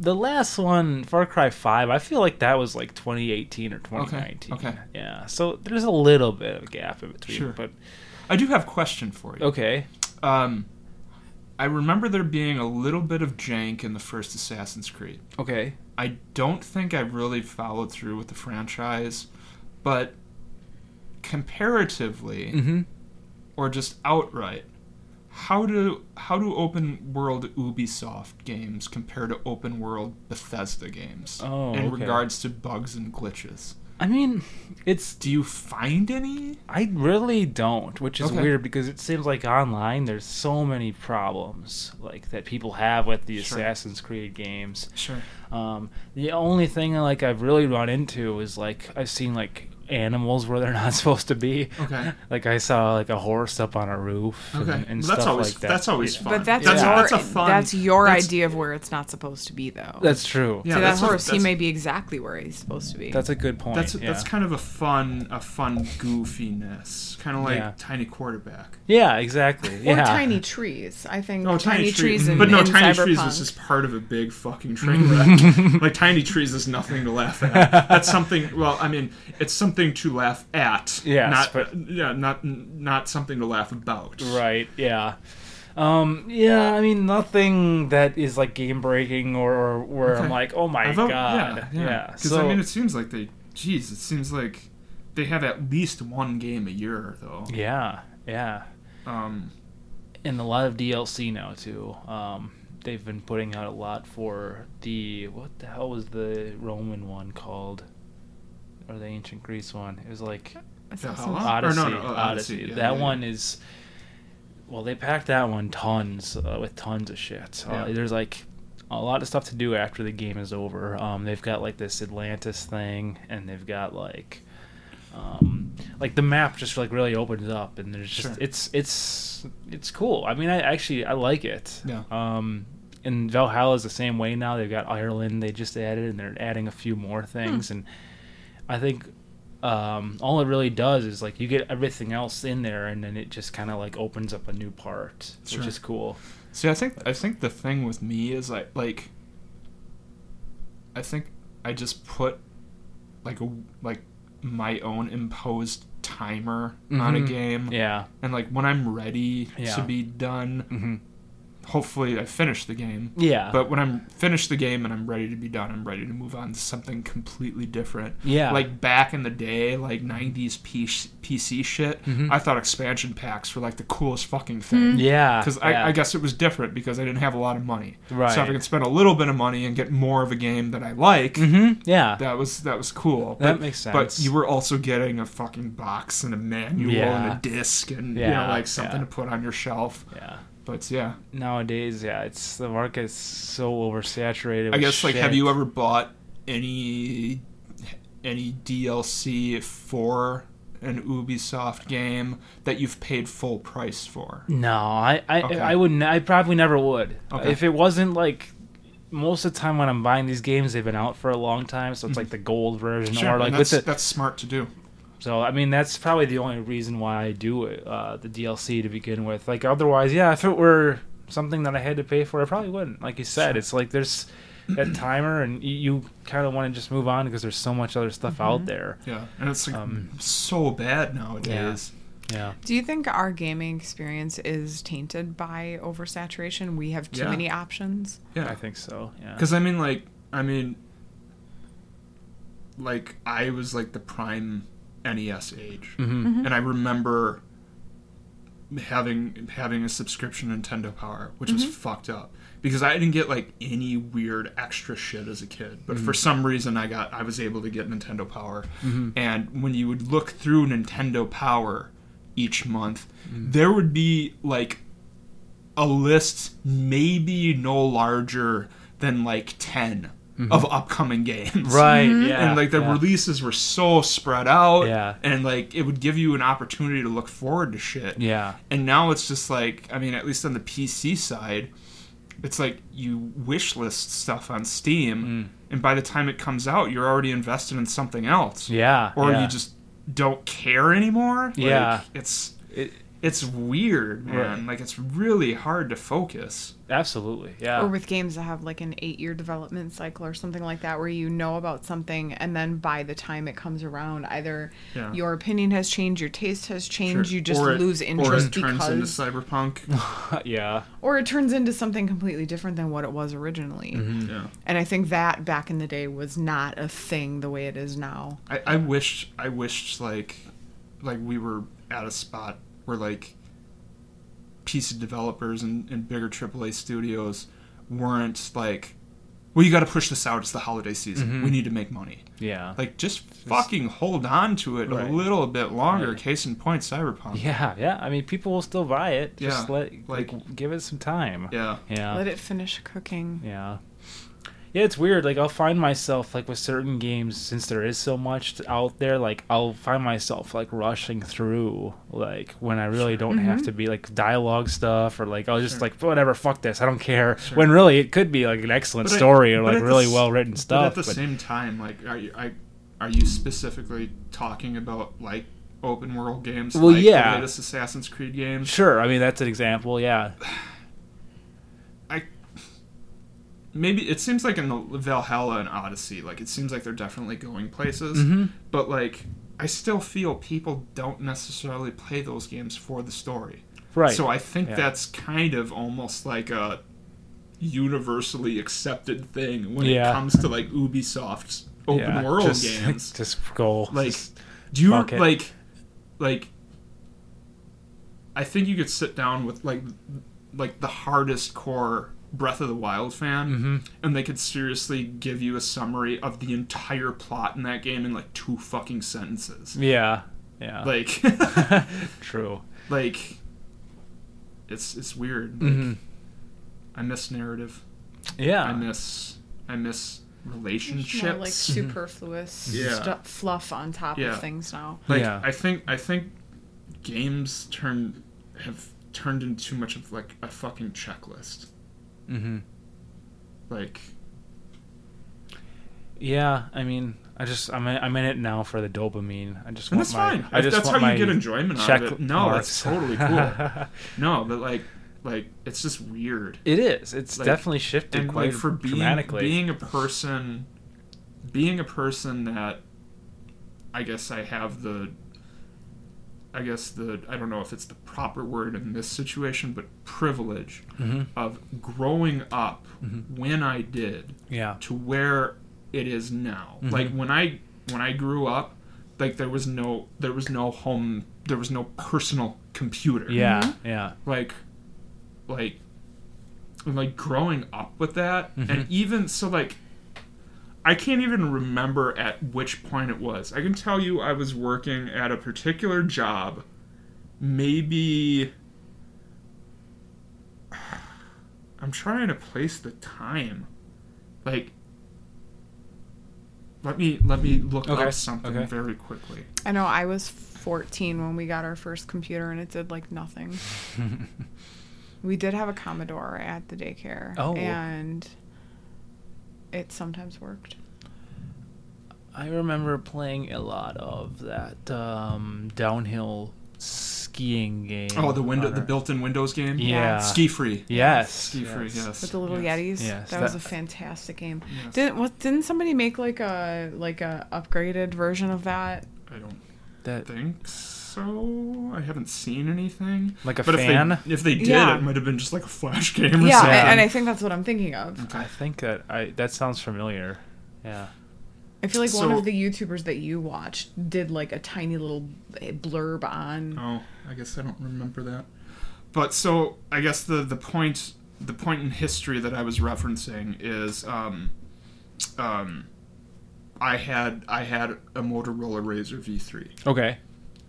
the last one, Far Cry Five, I feel like that was like 2018 or 2019.
okay.
Yeah, so there's a little bit of a gap in between,
Sure.
but
I do have a question for you.
okay.
Um, I remember there being a little bit of jank in the first Assassin's Creed.
Okay.
I don't think I really followed through with the franchise, but comparatively
Mhm.
or just outright, how do how do open world Ubisoft games compare to open world Bethesda games
Oh,
in
okay.
regards to bugs and glitches?
I mean, it's
Do you find any?
I really don't, which is
Okay.
weird because it seems like online there's so many problems like that people have with the
Sure.
Assassin's Creed games.
Sure.
Um, the only thing like I've really run into is like I've seen like animals where they're (laughs) not supposed to be.
Okay.
Like I saw like a horse up on a roof and,
Okay.
and
Well,
stuff
that's always
like that.
that's always fun.
But that's
that's,
your
that's
that's,
a fun
your
that's-
idea of where it's not supposed to be, though.
That's true.
Yeah,
See, that
that's a-
horse, he
that's-
may be exactly where he's supposed to be.
That's a good point.
That's
yeah.
that's kind of a fun a fun goofiness, kind of like
Yeah.
tiny quarterback.
yeah, exactly.
or
yeah.
tiny trees. I think
Oh,
tiny, trees, in,
but no,
in
tiny
Cyberpunk.
trees was just part of a big fucking
(laughs)
train wreck. like tiny trees is nothing to laugh at. That's something. Well, I mean, it's something to laugh at.
Yes,
not
but-
yeah, not not something to laugh about.
Right. Yeah. Um, yeah, I mean nothing that is like game breaking or, or where I'm
Okay.
like, oh my
I vote-
god,
Yeah, yeah. Because
So
I mean, it seems like they. Geez, it seems like they have at least one game a year though.
yeah, yeah,
Um,
and a lot of DLC now too. Um, they've been putting out a lot for the what the hell was the Roman one called, or the ancient Greece one? It was like
Huh? Or no,
Odyssey.
no,
Odyssey.
oh, Odyssey, yeah,
that
yeah,
one is. Well, they packed that one tons uh, with tons of shit. Uh,
Yeah.
There's like a lot of stuff to do after the game is over. Um, they've got like this Atlantis thing, and they've got like, um, like the map just like really opens up, and there's just
Sure.
it's it's it's cool. I mean, I actually I like it.
Yeah.
Um, and Valhalla is the same way now. They've got Ireland. They just added, and they're adding a few more things. And I think um, all it really does is like you get everything else in there, and then it just kind of like opens up a new part,
Sure.
which is cool.
See, I think I think the thing with me is I like. I think I just put, like a like, my own imposed timer on a
Mhm.
game,
Yeah.
and like when I'm ready to
Yeah.
be done,
Mm-hmm.
hopefully I finish the game.
Yeah.
But when I'm finished the game and I'm ready to be done, I'm ready to move on to something completely different.
Yeah.
Like back in the day, like 90s P- PC shit,
Mhm.
I thought expansion packs were like the coolest fucking
Mm-hmm.
thing.
yeah.
Because
yeah.
I, I guess it was different because I didn't have a lot of money.
Right.
So if I could spend a little bit of money and get more of a game that I like,
Mhm. Yeah.
that was that was cool.
That
But-
makes
But
sense.
you were also getting a fucking box and a manual and
Yeah.
a disc and you know
Yeah,
like something
yeah.
to put on your shelf.
yeah.
But yeah,
Nowadays, yeah, it's the market's so oversaturated.
I
with
guess like have
shit.
you ever bought any any DLC for an Ubisoft game that you've paid full price for?
No, I I,
Okay.
I would. Ne- I probably never would.
Okay.
If it wasn't like most of the time when I'm buying these games, they've been out for a long time, so it's like the gold version or
Mm-hmm. and
like with
that's,
the.
that's smart to do.
So I mean, that's probably the only reason why I do uh, the DLC to begin with. Like otherwise, yeah, if it were something that I had to pay for, I probably wouldn't. Like you said, it's like there's
(clears throat)
that timer, and y- you kind of want to just move on because there's so much other stuff out there.
Yeah, and it's like so bad nowadays.
Um, Yeah.
Do you think our gaming experience is tainted by oversaturation? We have too
Yeah.
many options.
Yeah,
I think so. Yeah.
Because I mean, like, I mean, like I was like the prime NES age,
Mm-hmm.
and I remember having having a subscription Nintendo Power, which was fucked up because I didn't get like any weird extra shit as a kid, but for some reason I got I was able to get Nintendo Power, and when you would look through Nintendo Power each month, there would be like a list maybe no larger than like 10 of upcoming games.
Right. Yeah.
And like the
yeah.
releases were so spread out.
Yeah.
And like it would give you an opportunity to look forward to shit.
Yeah.
And now it's just like, I mean, at least on the PC side, it's like you wish list stuff on Steam,
Mm.
and by the time it comes out, you're already invested in something else.
Yeah.
Or
yeah.
you just don't care anymore. Like,
Yeah.
It's
It-
it's weird, man. Like it's really hard to focus.
absolutely. Yeah.
Or with games that have like an eight year development cycle or something like that, where you know about something and then by the time it comes around, either
Yeah.
your opinion has changed, your taste has changed, you just
Or it-
lose interest
or it turns
because.
(laughs)
into cyberpunk.
yeah.
or it turns into something completely different than what it was originally.
yeah.
And I think that back in the day was not a thing the way it is now.
I, I wished I wished like like we were at a spot where like PC developers and, and bigger AAA studios weren't like well you gotta push this out, it's the holiday season.
Mm-hmm.
We need to make money.
Yeah.
Like just fucking hold on to it
Right.
a little bit longer,
Right.
case in point cyberpunk.
yeah. Yeah. I mean, people will still buy it. Just
Yeah,
let like,
like-
give it some time.
Yeah.
Yeah.
Let it finish cooking.
Yeah. Yeah, it's weird. Like I'll find myself like with certain games since there is so much t- out there, like I'll find myself like rushing through like when I really don't have to be like dialogue stuff or like I'll just like whatever, fuck this, I don't care. When really it could be like an excellent
But I-
story or
but
like
at the
really
s-
well written
But
stuff.
at the
but-
same time, like, are you, I, are you specifically talking about like open world games?
Well,
like
yeah.
The latest Assassin's Creed games.
sure, I mean that's an example,
(laughs)
yeah.
Maybe it seems like in the Valhalla and Odyssey, like it seems like they're definitely going places.
Mm-hmm.
But like, I still feel people don't necessarily play those games for the story.
Right.
So I think
Yeah.
that's kind of almost like a universally accepted thing when
Yeah.
it comes to like Ubisoft's open
yeah,
world
just, (laughs)
games.
Just go.
like
just-
do you
fuck it.
like like i think you could sit down with like like the hardest core breath of the wild fan
Mm-hmm.
and they could seriously give you a summary of the entire plot in that game in like two fucking sentences
yeah. Yeah.
like
(laughs)
(laughs)
true.
like it's it's weird like,
Mhm.
i miss narrative
Yeah.
i miss i miss relationships
More like superfluous
Mm-hmm. Yeah.
stu- fluff on top
Yeah.
of things now.
Like
Yeah.
I think I think games turn have turned into too much of like a fucking checklist.
mm-hmm.
Like
Yeah, I mean, I just I'm in, I'm in it now for the dopamine. I just
and
want
that's
my
fine.
I
If
just
that's
want
how
my
you get enjoyment out
check (laughs) Oh,
of it. No,
marks.
that's
(laughs)
totally cool. no, but like like it's just weird.
it is. It's
Like-
definitely shifted
and
quite
like for being
dramatically.
being a person being a person that I guess I have the I guess the I don't know if it's the proper word in this situation, but privilege
Mm-hmm.
of growing up when I did
yeah.
to where it is now. Like when I when I grew up, like there was no there was no home there was no personal computer
Yeah. Yeah.
like like and, like growing up with that and even so like I can't even remember at which point it was. I can tell you I was working at a particular job maybe I'm trying to place the time. Like Let me let me look
Okay,
up something
okay.
very quickly.
I know I was 14 when we got our first computer and it did like
(laughs)
nothing. we did have a Commodore at the daycare.
Oh.
And it sometimes worked.
I remember playing a lot of that um, downhill skiing game.
Oh, the window,
on
the
our-
built-in Windows game.
Yeah.
Ski free.
Yes.
Ski free.
yes.
Yes.
With the little
yes.
Yetis.
Yes,
that, was
that-
a fantastic game.
Yes.
Didn't what didn't somebody make like a like a upgraded version of that?
I don't
That
think so. I haven't seen anything.
Like a
but
fan?
If they, if they did,
Yeah.
it might have been just like a flash game or
yeah,
something.
and, and I think that's what I'm thinking of.
something.
I think that I that sounds familiar. Yeah.
I feel like one
So-
of the YouTubers that you watched did like a tiny little eh, blurb on
Oh, I guess I don't remember that. But so I guess the the point the point in history that I was referencing is um, um, I had I had a Motorola Razor V3.
Okay.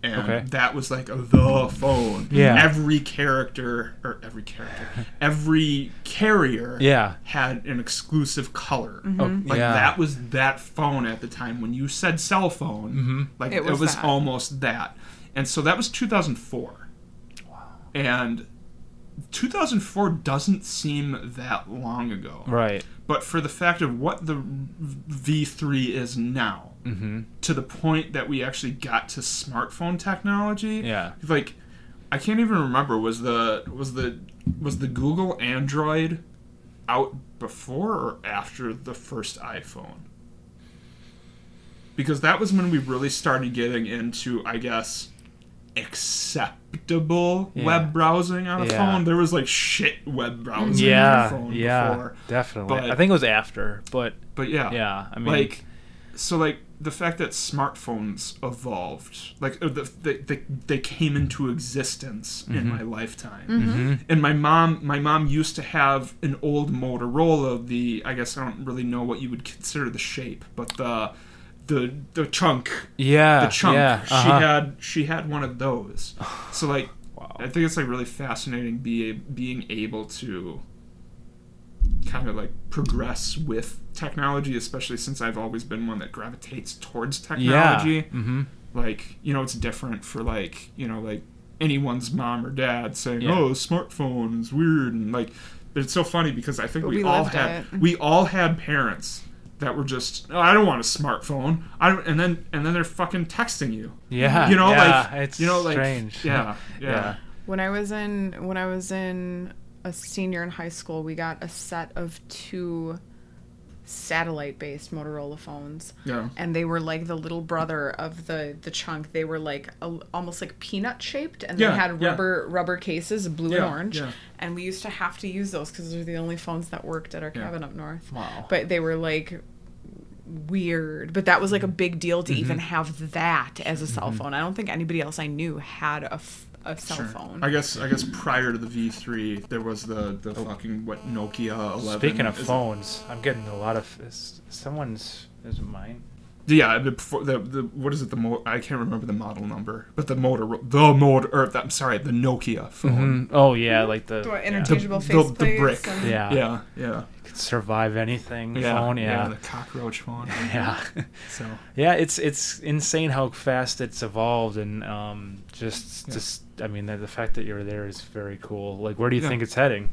and
Okay.
that was like the phone.
Yeah.
Every character or every character, every carrier
Yeah.
had an exclusive color.
Mm-hmm.
Oh,
Mm-hmm. Like
yeah.
that was that phone at the time when you said cell phone.
Mm-hmm.
Like
It
it
was
was,
that.
almost that. And so that was 2004. Wow. And 2004 doesn't seem that long ago
Right.
but for the fact of what the v- V3 is now,
Mm-hmm.
to the point that we actually got to smartphone technology.
Yeah.
like I can't even remember was the was the was the Google Android out before or after the first iPhone? Because that was when we really started getting into, I guess, acceptable
Yeah.
web browsing on a
Yeah.
phone. There was like shit web browsing on a
Yeah.
phone
Yeah.
before.
Definitely.
but-
I think it was after, but
But yeah,
yeah. I mean,
like so like the fact that smartphones evolved like uh, the, they, they, they came into existence
Mm-hmm.
in my lifetime
Mm-hmm.
and my mom my mom used to have an old motorola the i guess i don't really know what you would consider the shape but the the the chunk
yeah.
the chunk
Ah, Yeah.
she
uh-huh.
had she had one
(sighs)
of those so like i think it's like really fascinating be, being able to kind of like progress with technology, especially since I've always been one that gravitates towards
yeah.
technology.
Mm-hmm.
Like, you know, it's different for like, you know, like anyone's mom or dad saying,
Yeah.
"Oh, smartphones, weird," and like, but it's so funny because I think
But
we,
we
all
lived
had
it.
we all had parents that were just, "Oh, "I don't want a smartphone," I don't, and then and then they're fucking texting you.
Yeah.
You know,
yeah,
like
it's
you know, like
strange. (laughs)
Yeah, yeah.
Yeah.
When I was in when I was in a senior in high school, we got a set of two satellite-based Motorola phones,
Yeah.
and they were like the little brother of the the chunk. They were like a, almost like peanut shaped, and
Yeah,
they had
yeah.
rubber rubber cases, blue and
Yeah,
orange.
yeah.
And we used to have to use those because they're the only phones that worked at our
Yeah.
cabin up north.
Wow.
But they were like weird. But that was
Mm-hmm.
like a big deal to even have that as a cell phone. I don't think anybody else I knew had a, f- a cell
Sure.
phone.
I guess I guess prior to the V3, there was the the fucking what Nokia 11.
Speaking of
is it-
phones, I'm getting a lot of is, someone's is it mine?
yeah, the, before- the the what is it the mo- I can't remember the model number, but the motor the motor or the, I'm sorry, the Nokia phone.
Oh yeah, like the
Mm-hmm. Do I
yeah.
interject- Interchangeable
the, the,
faceplates
brick.
and-
Yeah.
yeah, yeah,
Could survive anything
yeah,
phone.
the cockroach phone.
Yeah. (laughs) yeah.
So
Yeah, it's it's insane how fast it's evolved, and um, just just I mean the, the fact that you're there is very cool. Like, where do you
Yeah.
think it's heading?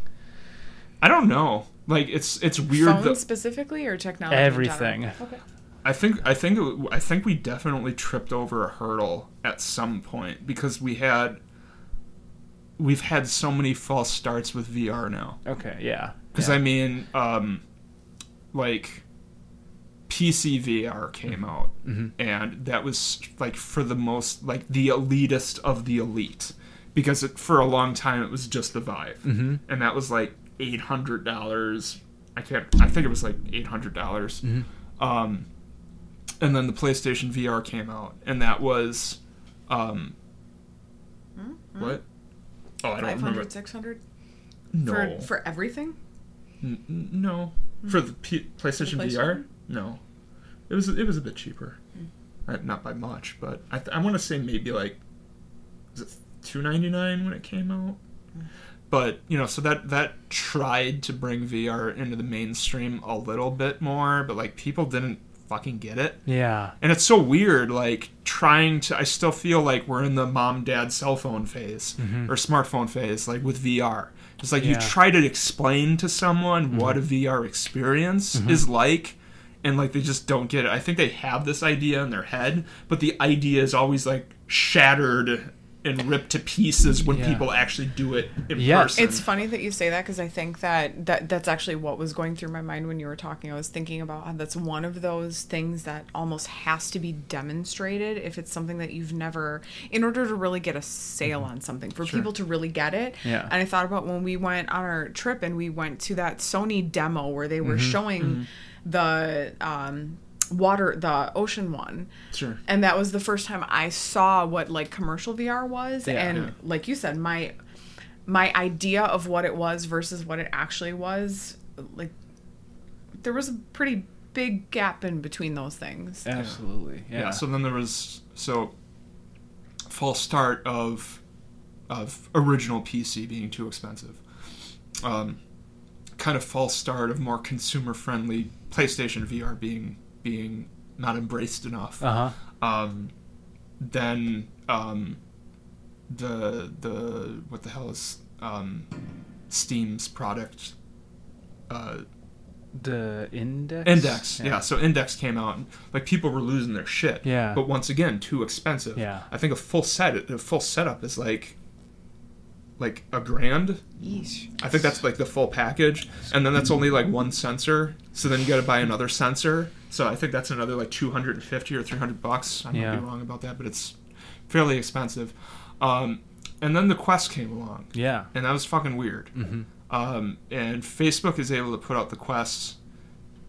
I don't know. Like it's it's weird.
phone
That,
specifically or technology? in
Everything.
general? Okay.
I think I think it- I think we definitely tripped over a hurdle at some point because we had we've had so many false starts with VR now.
Okay, yeah,
Because I mean, um, like PCVR came out, and that was like for the most like the elitist of the elite, because it, for a long time it was just the Vive, and that was like eight hundred dollars. I can't. I think it was like eight hundred dollars. Um, and then the PlayStation VR came out, and that was, um, what? Oh, I don't remember.
500, 600?
No,
For, for everything?
N- n- no. For the P- PlayStation,
Hmm. The PlayStation?
VR? No. It was it was a bit cheaper.
Hmm.
Uh, not by much, but I, th- I want to say maybe like was it 2.99 when it came out.
Hmm.
But, you know, so that that tried to bring VR into the mainstream a little bit more, but like people didn't fucking get it.
Yeah.
And it's so weird, like trying to. I still feel like we're in the mom dad cell phone phase or smartphone phase, like with VR. It's like you
Mm-hmm. Yeah. Mm-hmm.
try to explain to someone what a VR experience is like, and like they just don't get it. I think they have this idea in their head, but the idea is always like shattered and ripped to pieces when
Yeah.
people actually do it in
Yes.
person.
It's funny that you say that because I think that, that that's actually what was going through my mind when you were talking. I was thinking about how that's one of those things that almost has to be demonstrated if it's something that you've never, in order to really get a sale on something, for people to really get it.
Yeah.
And I thought about when we went on our trip and we went to that Sony demo where they were showing the. Um, water the ocean one
Sure.
and that was the first time i saw what like commercial vr was
Yeah.
and
Yeah.
like you said my my idea of what it was versus what it actually was like there was a pretty big gap in between those things
Absolutely. Yeah.
yeah. So then there was so false start of of original PC being too expensive. Um, kind of false start of more consumer friendly PlayStation VR being being not embraced enough.
uh huh.
Um, then um, the the what the hell is um, Steam's product? Uh,
The index.
Index, yeah. So Index came out, and, like people were losing their shit.
Yeah.
But once again, too expensive.
Yeah.
I think a full set, a full setup is like, like a grand.
Yeesh.
I think that's like the full package, and then that's only like one sensor. So then you got to buy another sensor. So I think that's another like two hundred and fifty or three hundred bucks. I might
Yeah.
be wrong about that, but it's fairly expensive. Um, and then the Quest came along
Yeah.
and that was fucking weird.
Mm-hmm.
Um, and Facebook is able to put out the quests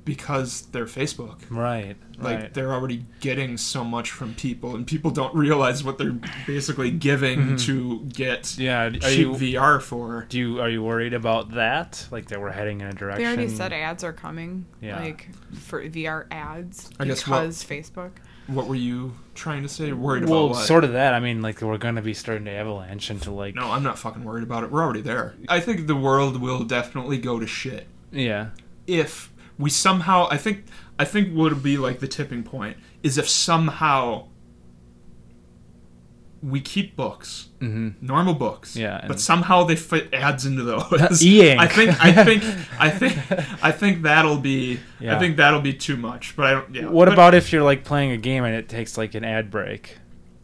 because they're Facebook.
Right.
Like
right.
they're already getting so much from people, and people don't realize what they're basically giving to get
Mm-hmm. Yeah. Are
cheap
you
VR for.
do you are you worried about that? Like that we're heading in a direction.
they already said ads are coming
Yeah.
like for vr ads
I guess what-
because facebook
What were you trying to say? Worried
Well,
about what?
sort of that. I mean, like we're gonna be starting to avalanche into like.
no, I'm not fucking worried about it. We're already there. I think the world will definitely go to shit
Yeah.
if we somehow I think I think what would be like the tipping point is if somehow we keep books, mm-hmm. normal books,
Yeah, and-
but somehow they fit ads into (laughs) those.
E-ink.
I think I
(laughs)
think I think I think that'll be
Yeah.
I think that'll be too much. But I don't. Yeah.
What
but
about if you're like playing a game and it takes like an ad break?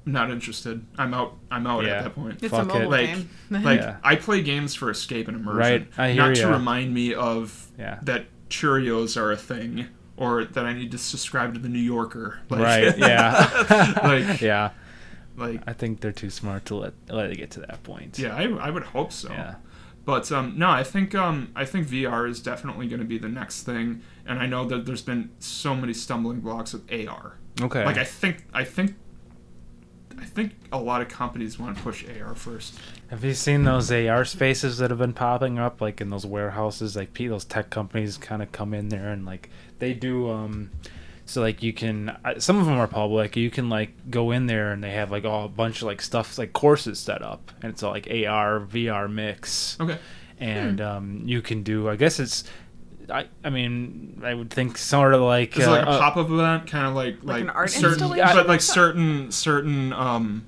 Not interested. I'm out. I'm out
Yeah.
at that point.
it's
Fuck
a
it.
mobile
like
game
like
Yeah.
I play games for escape and immersion,
Right, I hear
not to
ya.
remind me of
Yeah.
that Cheerios are a thing or that I need to subscribe to the New Yorker. Like, (laughs)
Right. Yeah. (laughs)
like
yeah.
like
I think they're too smart to let let it get to that point.
yeah, I, I would hope so.
Yeah.
But um, no, I think um, I think VR is definitely going to be the next thing, and I know that there's been so many stumbling blocks with AR.
Okay.
Like I think I think I think a lot of companies want to push AR first.
Have you seen those AR spaces that have been popping up, like in those warehouses? Like pe- those tech companies kind of come in there and like they do. um So like you can, I- some of them are public. You can like go in there and they have like all a bunch of like stuff like courses set up, and it's all like AR VR mix,
Okay.
and um you can do. I guess it's. I, I mean I would think sort of like,
It's like a
uh,
pop up event, kind of like like,
an art
certain,
installation?
but like certain certain um,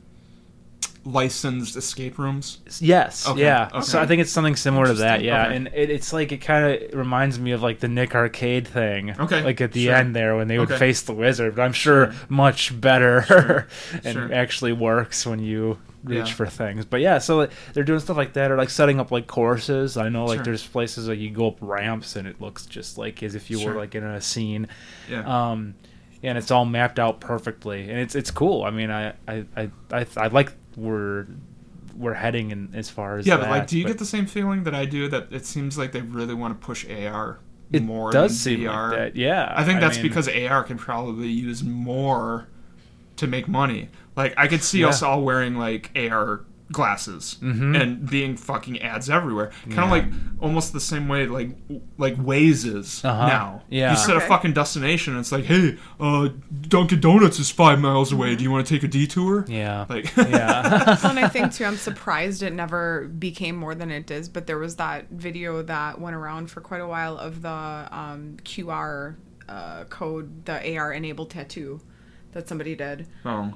licensed escape rooms.
Yes.
Okay,
Yeah.
okay.
So I think it's something similar to that.
Interesting,
Yeah.
okay.
And it, it's like it kind of reminds me of like the Nick Arcade thing.
Okay,
Like at the
sure.
end there when they would
Okay.
face the wizard, but I'm sure much better (laughs) and
sure.
actually works when you reach
Yeah.
for things. But yeah, so like, they're doing stuff like that or like setting up like courses. I know like
Sure.
there's places like you go up ramps and it looks just like as if you
Sure.
were like in a scene
Yeah.
um, and it's all mapped out perfectly, and it's it's cool. I mean, I I I I, I like where we're heading in as far as
yeah,
that,
but like, do you get the same feeling that I do? That it seems like they really want to push AR
it
more.
does
than
seem
VR.
like that. Yeah,
I think that's
mean,
because AR can probably use more to make money. Like I could see us
Yeah. Mm-hmm.
all wearing like AR glasses and being fucking ads everywhere. Kind of like almost the same way like like Waze is
Uh-huh.
now.
Yeah.
You set a
Okay.
fucking destination and it's like, "Hey, uh Dunkin Donuts is 5 miles away. Do you want to take a detour?"
yeah,
Like (laughs)
yeah, (laughs)
Well, and I think too, I'm surprised it never became more than it is. But there was that video that went around for quite a while of the um, QR uh, code, the AR enabled tattoo that somebody did,
Oh.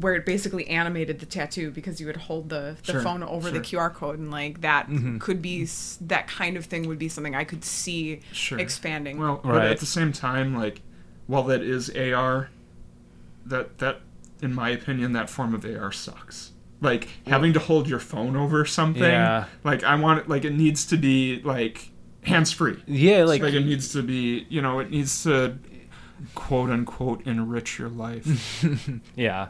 where it basically animated the tattoo because you would hold the, the
Sure,
phone over the
sure.
QR code and like that
Mm-hmm.
could be s- that kind of thing would be something I could see
Sure.
expanding.
Well, but
Right.
at the same time, like, while that is AR, that that, in my opinion, that form of AR sucks. Like having to hold your phone over something.
Yeah.
Like I want it. Like it needs to be like hands free.
Yeah,
Like,
like
it needs to be. You know, it needs to quote unquote enrich your life.
Yeah.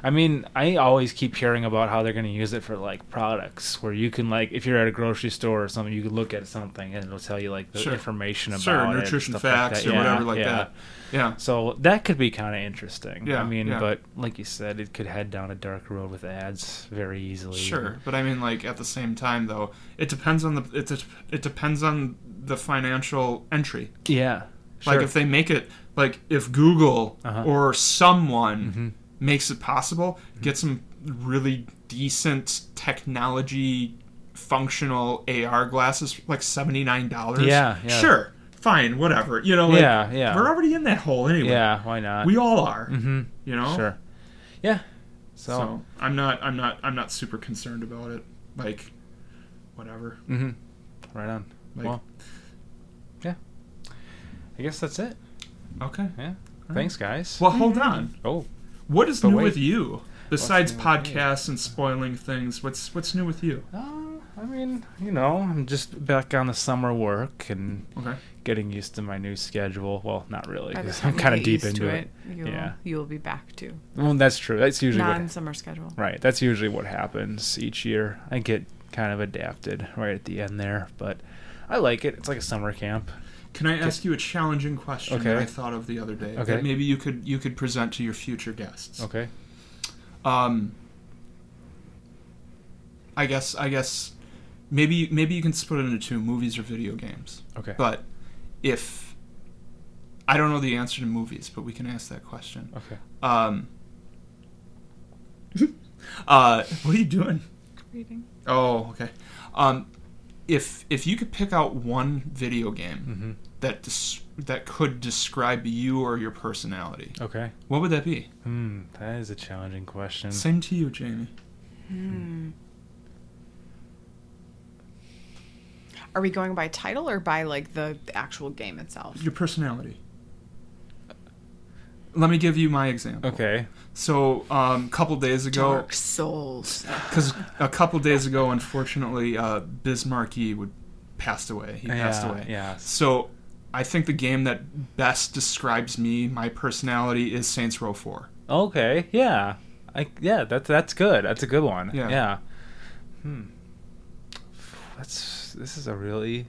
I mean, I always keep hearing about how they're going to use it for like products where you can like if you're at a grocery store or something, you can look at something and it'll tell you like the
Sure.
information (laughs) about
sure,
it,
nutrition
stuff
facts
that.
or
Yeah,
whatever like
yeah.
that. Yeah.
So that could be kind of interesting.
Yeah,
I mean,
yeah.
but like you said, it could head down a dark road with ads very easily.
Sure, but I mean, like at the same time, though, it depends on the it, de- it depends on the financial entry.
Yeah.
Like
sure.
if they make it, like if Google
Uh-huh. Mm-hmm.
or someone makes it possible, get some really decent technology functional AR glasses, like seventy nine dollars.
Yeah, yeah.
sure, fine, whatever. You know, like,
Yeah, yeah.
We're already in that hole anyway.
Yeah, why not?
we all are. Mm-hmm. You know,
Sure. Yeah.
So. I'm not, I'm not, I'm not super concerned about it. Like, whatever.
hmm Right on.
Like-
well, yeah. I guess that's it.
Okay.
Yeah. Thanks, guys.
Well, hold on.
oh,
What is
But
new
wait.
with you besides
new with me?
podcasts and spoiling things? What's what's new with you?
uh, I mean, you know, I'm just back on the summer work and
Okay.
getting used to my new schedule. Well, not really,
By the
'cause
time
I'm
you
kind
get
of deep
used
into
to
it.
You'll,
Yeah.
you'll be back to
Well, that's true. That's usually what
non-summer schedule.
Right. That's usually what happens each year. I get kind of adapted right at the end there, but I like it. It's like a summer camp.
Can I ask you a challenging question that
Okay.
I thought of the other day
Okay.
that maybe you could you could present to your future guests?
Okay.
Um. I guess I guess maybe maybe you can split it into two movies or video games.
Okay.
But if I don't know the answer to movies, but we can ask that question.
okay. (laughs)
Um. uh, what are you doing?
Reading.
Oh, okay. Um, if if you could pick out one video game
Hmm. Mm-hmm,
that dis- that could describe you or your personality,
Okay.
what would that be?
Hmm. That is a challenging question.
Same to you, Jamie.
Hmm. Are we going by title or by like the actual game itself?
Your personality. Let me give you my example.
Okay.
So, um, couple days ago,
Dark Souls.
because a couple days ago, unfortunately, uh, Bismarcky would passed away. He passed
Yeah,
away.
yeah.
So, I think the game that best describes me, my personality, is Saints Row Four.
Okay. Yeah. I yeah, that's that's good. That's a good one.
Yeah.
Yeah. Hmm. That's this is a really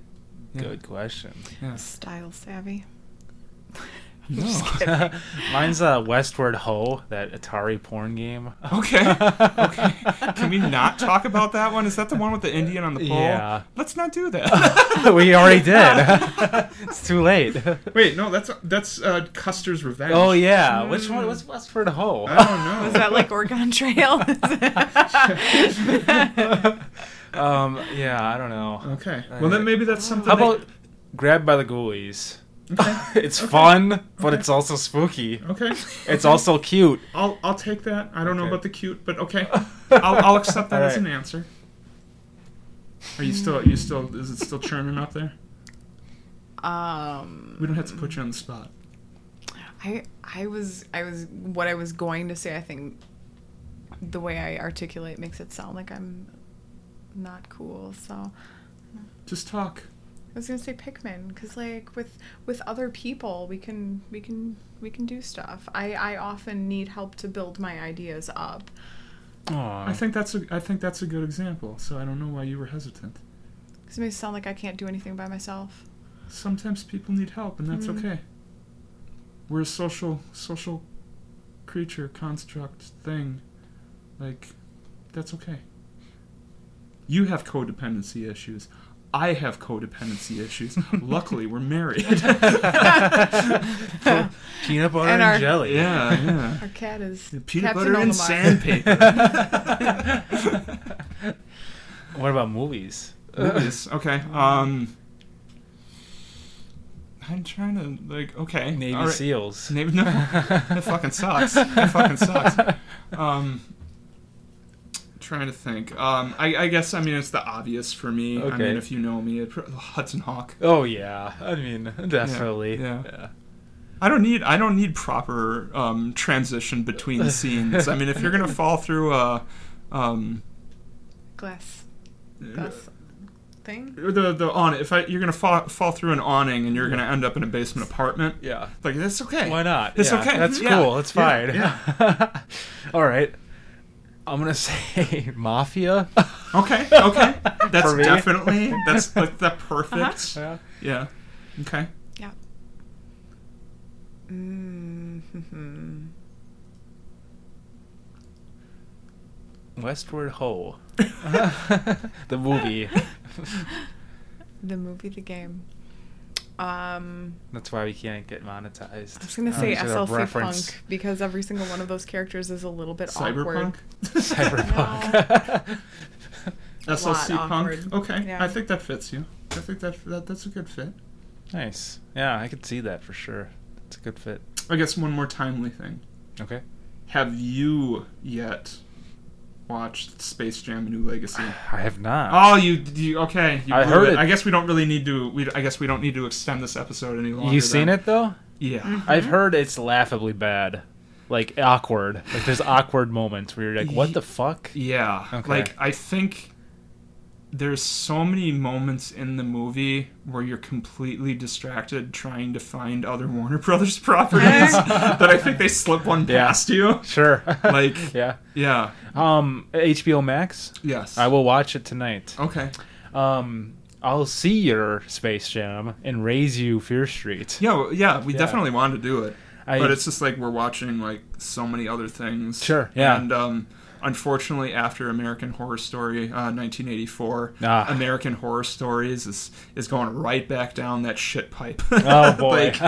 Yeah.
good question.
Style savvy.
(laughs) Mine's uh Westward Ho, that Atari porn
(laughs)
game.
Okay. Okay. Can we not talk about that one? Is that the one with the Indian on the pole?
Yeah.
Let's not do that. (laughs)
(laughs) we already did. it's too late.
Wait, no, that's that's uh, Custer's Revenge.
Oh yeah. Which one was Westward Ho?
I don't
Is
know.
that like
(laughs)
Oregon Trail?
(laughs) um yeah, I don't know.
Okay. Well, then maybe that's something.
How
that-
about Grab by the Ghoulies? (laughs) it's fun, but it's also spooky.
Okay.
It's also cute.
I'll I'll take that. I don't know
Okay.
about the cute, but
(laughs)
okay. I'll, I'll accept that
All
as an
right.
answer. Are you still? You still? Is it still churning up there?
um,
We don't have to put you on the spot.
I I was I was what I was going to say. I think the way I articulate makes it sound like I'm not cool. So
Just talk.
I was gonna say Pikmin because like with with other people we can we can we can do stuff. I I often need help to build my ideas up.
I
Aw. (laughs)
think that's a I think that's a good example. So I don't know why you were hesitant.
Because it makes it sound like I can't do anything by myself.
sometimes people need help and that's okay we're a social social creature construct thing like that's okay you have codependency issues i have codependency issues luckily we're
(laughs)
married
Peanut butter
And
and,
our-
jelly.
yeah yeah
Our cat is
peanut
cat's
butter
an
and
Olimar.
sandpaper
What about movies?
Movies. okay um I'm trying to like okay
Navy
all right.
SEALs.
Navy no that fucking sucks. That
(laughs)
fucking sucks. Um, trying to think. Um, I, I guess I mean it's the obvious for me. I
Okay.
mean if you know me, it, pr- (laughs) Hudson Hawk.
Oh yeah, I mean definitely.
yeah. I don't need I don't need proper um, transition between scenes. I mean if you're gonna fall through a um,
(laughs) glass, glass thing.
the the awning if I, you're gonna fall fall through an awning and you're gonna end up in a basement apartment,
yeah.
like that's okay.
Why not?
It's
Yeah,
okay.
That's
Yeah.
cool. That's
Yeah.
fine. (laughs)
Yeah.
All right. I'm gonna say (laughs) mafia.
Okay.
(laughs)
Okay. That's
For me.
definitely
(laughs)
that's like the perfect.
Yeah.
Yeah. Okay.
Yeah. Mm-hmm.
Westward Ho. (laughs) the
(laughs)
movie.
(laughs) The movie, the game. Um,
That's why we can't get monetized. Oh,
I was gonna say
Is it a
SLC
reference?
Punk because every single one of those characters is a little bit
Cyberpunk.
awkward.
(laughs)
(laughs)
Cyberpunk.
SLC
lot
punk.
awkward.
Okay.
Yeah.
I think that fits you. I think that, that that's a good fit.
(laughs) nice. Yeah, I could see that for sure. It's a good fit.
I guess one more timely thing.
Okay.
Have you yet watched Space Jam: A New
(sighs)
Legacy?
I have not.
Oh, you, you okay? You
I
blew
heard it.
I guess we don't really need to. We I guess we don't need to extend this episode any longer.
you seen
then.
it though?
Yeah.
I've heard it's laughably bad. Like awkward. Like there's awkward moments where you're like, what the fuck?
Yeah.
Okay.
Like I think there's so many moments in the movie where you're completely distracted trying to find other Warner (laughs) Brothers properties that I think they slip one
Yeah. (laughs)
past you.
(laughs) Sure.
Like
yeah.
yeah.
Um HBO Max.
Yes.
I will watch it tonight.
Okay.
Um I'll see your Space Jam and raise you Fear (laughs) Street.
Yeah, well, yeah, we
Yeah.
definitely wanted to do it.
I-
but it's just like we're watching like so many other things.
Sure, yeah.
And um, unfortunately, after American Horror Story, uh, 1984,
Ah.
American Horror Stories is is going right back down that shit pipe. (laughs)
Oh boy.
Like,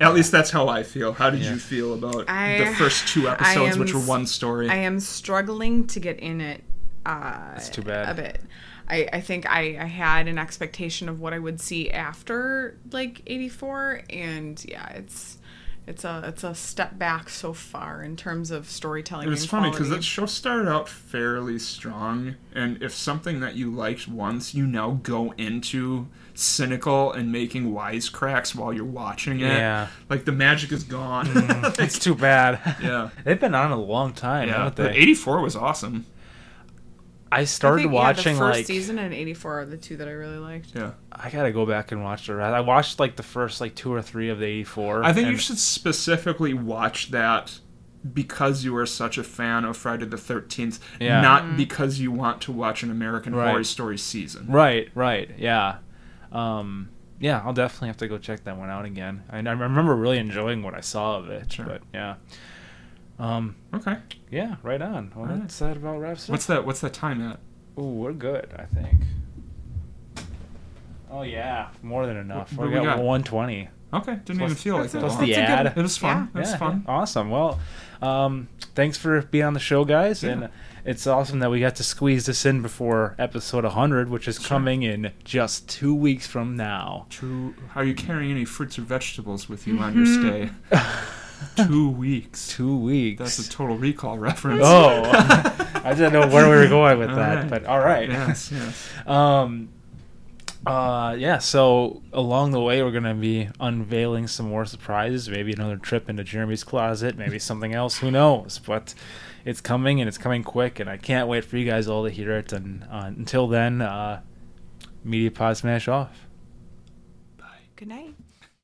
at least that's how I feel. How did you feel about
I-
the first two episodes,
am
which were
s-
one story?
I am struggling to get in it. Uh, That's
too bad.
A bit. I, I think I, I had an expectation of what I would see after like '84, and yeah, it's it's a it's a step back so far in terms of storytelling.
it was
and
funny because
quality.
that show started out fairly strong, and if something that you liked once, you now go into cynical and making wisecracks while you're watching it.
Yeah. Mm-hmm.
like the magic is gone. (laughs)
It's too bad.
yeah,
(laughs) They've been on a long time,
yeah.
haven't they?
'84 was awesome.
I started
think, yeah,
watching
the first
like
season and '84 are the two that I really liked.
Yeah,
I gotta go back and watch the rest. I watched like the first like two or three of the '84.
I think
and
you should specifically watch that because you are such a fan of Friday the Thirteenth,
Yeah.
not because you want to watch an American
Right.
Horror Story season.
Right, right, yeah, um, yeah. I'll definitely have to go check that one out again. I, I remember really enjoying what I saw of it,
Sure.
but yeah, um,
Okay,
yeah, right on. Well,
Alright.
that's that about wraps up.
what's that? What's that time at?
Ooh, we're good, I think. Oh yeah, more than enough.
What- what
we
we
got,
got?
120.
Okay, didn't
Plus-
even feel like that.
plus
long.
the
It's a good-
ad.
It was fun.
Yeah.
It was
Yeah,
fun.
yeah. Awesome. Well, um, thanks for being on the show, guys.
Yeah.
And it's awesome that we got to squeeze this in before episode 100, which is coming in just two weeks from now.
Two. Are you carrying any fruits or vegetables with you on your stay? (laughs) Two weeks.
Two weeks.
That's a total recall reference.
oh, (laughs) I didn't know where we were going with that,
Alright.
but all right. (laughs)
(laughs) Yes, yes.
Um, uh, yeah. So along the way, we're gonna be unveiling some more surprises. Maybe another trip into Jeremy's closet. Maybe something else. Who knows? But it's coming, and it's coming quick. And I can't wait for you guys all to hear it. And uh, until then, uh, media pod smash off.
Good night.